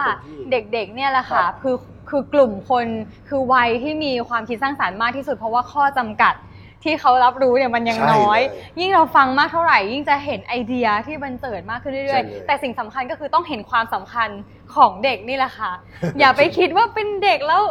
[SPEAKER 3] เด็กๆ เนี่ยแหละค่ะ
[SPEAKER 1] ครับ
[SPEAKER 3] คือคือกลุ่มคนคือวัยที่มีความคิดสร้างสารรค์มากที่สุด เพราะว่าข้อจำกัดที่เขารับรู้เนี่ยมันยัง
[SPEAKER 4] ใช่
[SPEAKER 3] น้อย
[SPEAKER 4] เลย
[SPEAKER 3] ยิ่งเราฟังมากเท่าไหร่ ยิ่งจะเห็นไอเดียที่บันเจิดมากขึ้น
[SPEAKER 4] ใช่
[SPEAKER 3] เรื่อย
[SPEAKER 4] เลย
[SPEAKER 3] ๆ แต่สิ่งสำคัญก็คือต้องเห็นความสำคัญของเด็กนี่แหละค่ะ อย่าไปคิดว่าเป็นเด็กแล้ว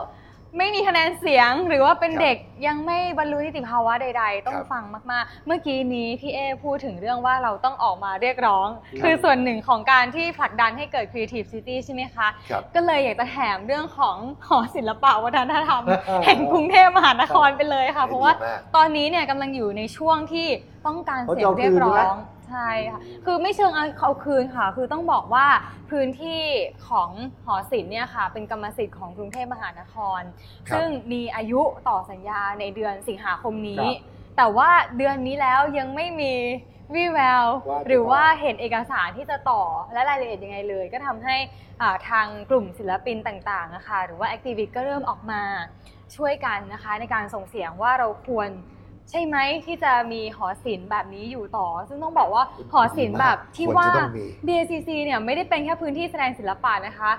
[SPEAKER 3] ไม่มีคะแนนเสียง หรือว่าเป็นเด็กยังไม่บรรลุนิติภาวะใด ๆ ต้อง
[SPEAKER 4] ครับ
[SPEAKER 3] ฟังมากๆ เมื่อกี้นี้พี่เอพูดถึงเรื่องว่าเราต้องออกมาเรียกร้อง
[SPEAKER 4] ครับ
[SPEAKER 3] คือส่วนหนึ่งของการที่ผลักดันให้เกิด Creative City ใช่ไหมคะ
[SPEAKER 4] ครับ
[SPEAKER 3] ก็เลยอยากจะแถมเรื่องของหอศิลปะวัฒนธรรม
[SPEAKER 1] ครับ
[SPEAKER 3] แห่งกรุงเทพมหานครไปเลยค่ะ
[SPEAKER 4] ดีมาก
[SPEAKER 3] เพราะว่าตอนนี้เนี่ยกำลังอยู่ในช่วงที่ต้องการเสียงเรียกร้องใช่ค่ะคือไม่เชิงเอาเอาคืนค่ะ คือต้องบอกว่าพื้นที่ของหอศิลป์เนี่ยค่ะ เป็นกรรมสิทธิ์ของกรุงเทพมหานคร
[SPEAKER 4] ครับ
[SPEAKER 3] ซึ่งมีอายุต่อสัญญาในเดือนสิงหาคมนี้
[SPEAKER 1] ครับ
[SPEAKER 3] แต่ว่าเดือนนี้แล้วยังไม่มีวี่แวว
[SPEAKER 1] ว่าจะ
[SPEAKER 3] หรือ
[SPEAKER 1] ต่อ
[SPEAKER 3] ว่าเห็นเอกสารที่จะต่อและรายละเอียดยังไงเลย ก็ทำให้อ่าทางกลุ่มศิลปินต่างๆนะคะหรือว่าแอคทิวิตก็เริ่มออกมาช่วยกันนะคะ ในการส่งเสียงว่าเราควรใช่ไหมที่จะมีหอศิลป์แบบนี้อยู่ต่อ ซึ่งต้องบอกว่าหอศิลป์แบบที่
[SPEAKER 4] ควร
[SPEAKER 3] ว่า
[SPEAKER 4] จะต้องมี
[SPEAKER 3] BACC เนี่ยไม่ได้เป็นแค่พื้นที่แสดงศิลปะนะคะ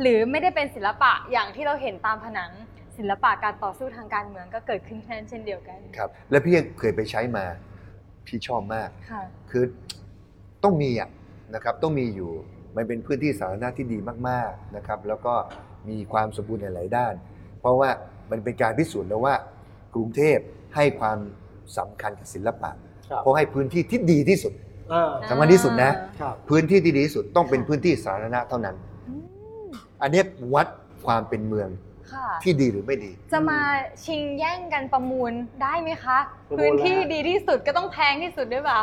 [SPEAKER 3] หรือไม่ได้เป็นศิลปะอย่างที่เราเห็นตามผนังศิลปะการต่อสู้ทางการเมืองก็เกิดขึ้นแค่นั้นเช่นเดียวกัน
[SPEAKER 4] ครับ แล้วพี่เคยไปใช้มาพี่ชอบมาก
[SPEAKER 3] ค่ะ
[SPEAKER 4] คือต้องมีอ่ะนะครับต้องมีอยู่มันเป็นพื้นที่สาธารณะที่ดีมากๆนะครับ แล้วก็มีความสมบูรณ์ในหลายด้าน เพราะว่ามันเป็นการพิสูจน์แล้วว่า กรุงเทพให้ความสำคัญกับศิลปะ
[SPEAKER 1] ครับ
[SPEAKER 4] เพราะให้พื้นที่ที่ดีที่สุด
[SPEAKER 1] อ่า
[SPEAKER 4] สำคัญที่สุดนะ
[SPEAKER 1] ครับ
[SPEAKER 4] พื้นที่ที่ดีที่สุดต้องเป็นพื้นที่สาธารณะเท่านั้น
[SPEAKER 3] อืม
[SPEAKER 4] อันเนี้ยวัดความเป็นเมือง
[SPEAKER 3] ค่ะ
[SPEAKER 4] ที่ดีหรือไม่ดี
[SPEAKER 3] จะมาชิงแย่งกันประมูลได้ไหมคะ พื้นที่ดีที่สุดก็ต้องแพงที่สุดด้วยเปล่า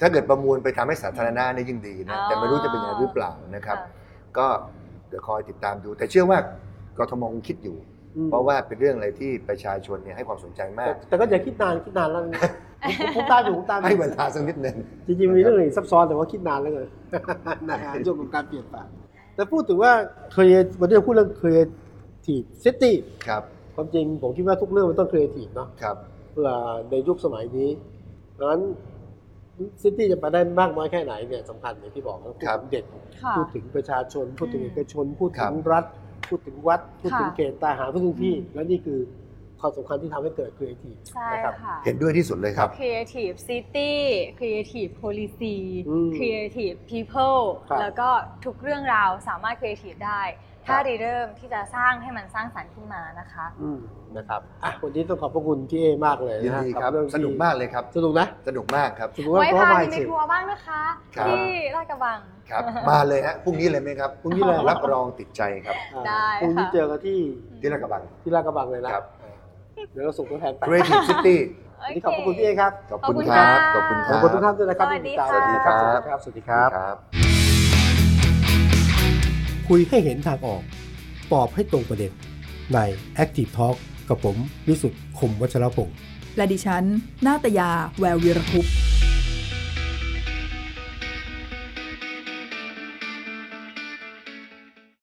[SPEAKER 4] ถ้าเกิดประมูลไปทำให้สาธารณะเนี่ยยิ่งดีนะ
[SPEAKER 3] อ๋อ
[SPEAKER 4] แต่ไม่รู้จะเป็นอย่างไรหรือเปล่านะครับ ก็เดี๋ยวคอยติดตามดู แต่เชื่อว่ากทมคงคิดอยู่
[SPEAKER 1] อืม
[SPEAKER 4] เพราะว่าเป็นเรื่องอะไรที่ประชาชนเนี่ยให้ความสนใจมา
[SPEAKER 1] แต่
[SPEAKER 4] ก
[SPEAKER 1] แต่ก็อย่าคิดนานคิดนานแล้วนะผมผมตามอยู่ผมตามอยู่
[SPEAKER 4] ให้เวลาสักนิดหนึ่ง
[SPEAKER 1] จริงๆมีเรื่องอื่นซับซ้อนแต่ว่าคิดนานแล้วเลย นะฮะช่วงของการเปลี่ยนแปลงแต่พูดถึงว่าเคยวันนี้เราพูดเรื่องครีเอทีฟซิตี้
[SPEAKER 4] ครับ
[SPEAKER 1] ความจริงผมคิดว่าทุกเรื่องมันต้องครีเอทีฟเนาะ
[SPEAKER 4] ครับ
[SPEAKER 1] เพื่อในยุคสมัยนี้ดังนั้นซิตี้จะไปได้มากน้อยแค่ไหนเนี่ยสำคัญอย่างที่บอกนะพูด
[SPEAKER 4] ครับ
[SPEAKER 1] ถึงเด็ก
[SPEAKER 3] ค่ะ
[SPEAKER 1] พูดถึงประชาชน พูดถึง
[SPEAKER 3] อืม
[SPEAKER 1] เอกชน พูด
[SPEAKER 4] ครั
[SPEAKER 1] ถึ
[SPEAKER 4] บ
[SPEAKER 1] งรัฐ พูดถึงวัด พูดถึง
[SPEAKER 3] ค่ะ
[SPEAKER 1] เขตตาหารพูดถึงที่
[SPEAKER 3] อืม
[SPEAKER 1] และนี่คือความสำคัญที่ทำให้เกิดครีเอทีฟ
[SPEAKER 3] ใช่
[SPEAKER 1] นะครับ
[SPEAKER 3] ค่ะ
[SPEAKER 4] เห็นด้วยที่สุดเลยครับ
[SPEAKER 3] Creative City Creative Policy
[SPEAKER 1] อืม
[SPEAKER 3] Creative People
[SPEAKER 1] ครับ
[SPEAKER 3] แล้วก็ทุกเรื่องราวสามารถ Creative ได้ ถ้า
[SPEAKER 1] ครับ
[SPEAKER 3] ริเริ่มที่จะสร้างให้มันสร้างสรรค์ขึ้นมานะคะ
[SPEAKER 1] อืมนะครับอ่ะวันนี้ต้องขอบพระคุณพี่เอมากเลย
[SPEAKER 4] ยิน
[SPEAKER 1] นะฮะ
[SPEAKER 4] ดีครับ
[SPEAKER 1] เรื่องที่
[SPEAKER 4] สนุกมากเลยครับ
[SPEAKER 1] สนุกนะ
[SPEAKER 4] สนุกมากครับ
[SPEAKER 1] สมมติว่า
[SPEAKER 3] ไว้
[SPEAKER 1] ก็
[SPEAKER 3] พา
[SPEAKER 1] มา
[SPEAKER 3] พี่ไป
[SPEAKER 1] สิ
[SPEAKER 3] ทัวร์บ้างนะคะ
[SPEAKER 4] ครับ
[SPEAKER 3] ที่ลาดกระบัง
[SPEAKER 4] ครับ มาเลยฮะพรุ่งนี้เลยไหมครับ
[SPEAKER 1] พรุ่งนี้เลย
[SPEAKER 4] รับรองติดใจครับ
[SPEAKER 3] ได้ค่ะ
[SPEAKER 1] พรุ่งนี้เจอกันที่
[SPEAKER 4] ที่ลาดกระบัง
[SPEAKER 1] ที่ลาดกระบังเลยนะครับ อ่าเดี๋ยวเราส่งตัวแทนไป
[SPEAKER 4] Creative City
[SPEAKER 3] โ
[SPEAKER 1] วันนี้ขอบพระคุณพี่เอกครับ
[SPEAKER 4] ขอบคุณครับขอบคุณค
[SPEAKER 1] ขอ
[SPEAKER 4] รั
[SPEAKER 1] บบ คุณทุกท่านด้วยนะครับ
[SPEAKER 3] สวัสดีค่ะ
[SPEAKER 1] ที่ติดตาม
[SPEAKER 4] สวัสดีครับ
[SPEAKER 1] สวัสดีครับ
[SPEAKER 4] ครับ
[SPEAKER 1] คุยให้เห็นทางออก ตอบให้ตรงประเด็น ใน Active Talk กับผมวิสุทธ์คมวัชรพงศ์
[SPEAKER 2] และดิฉัน นาตยา แวววีรคุปต์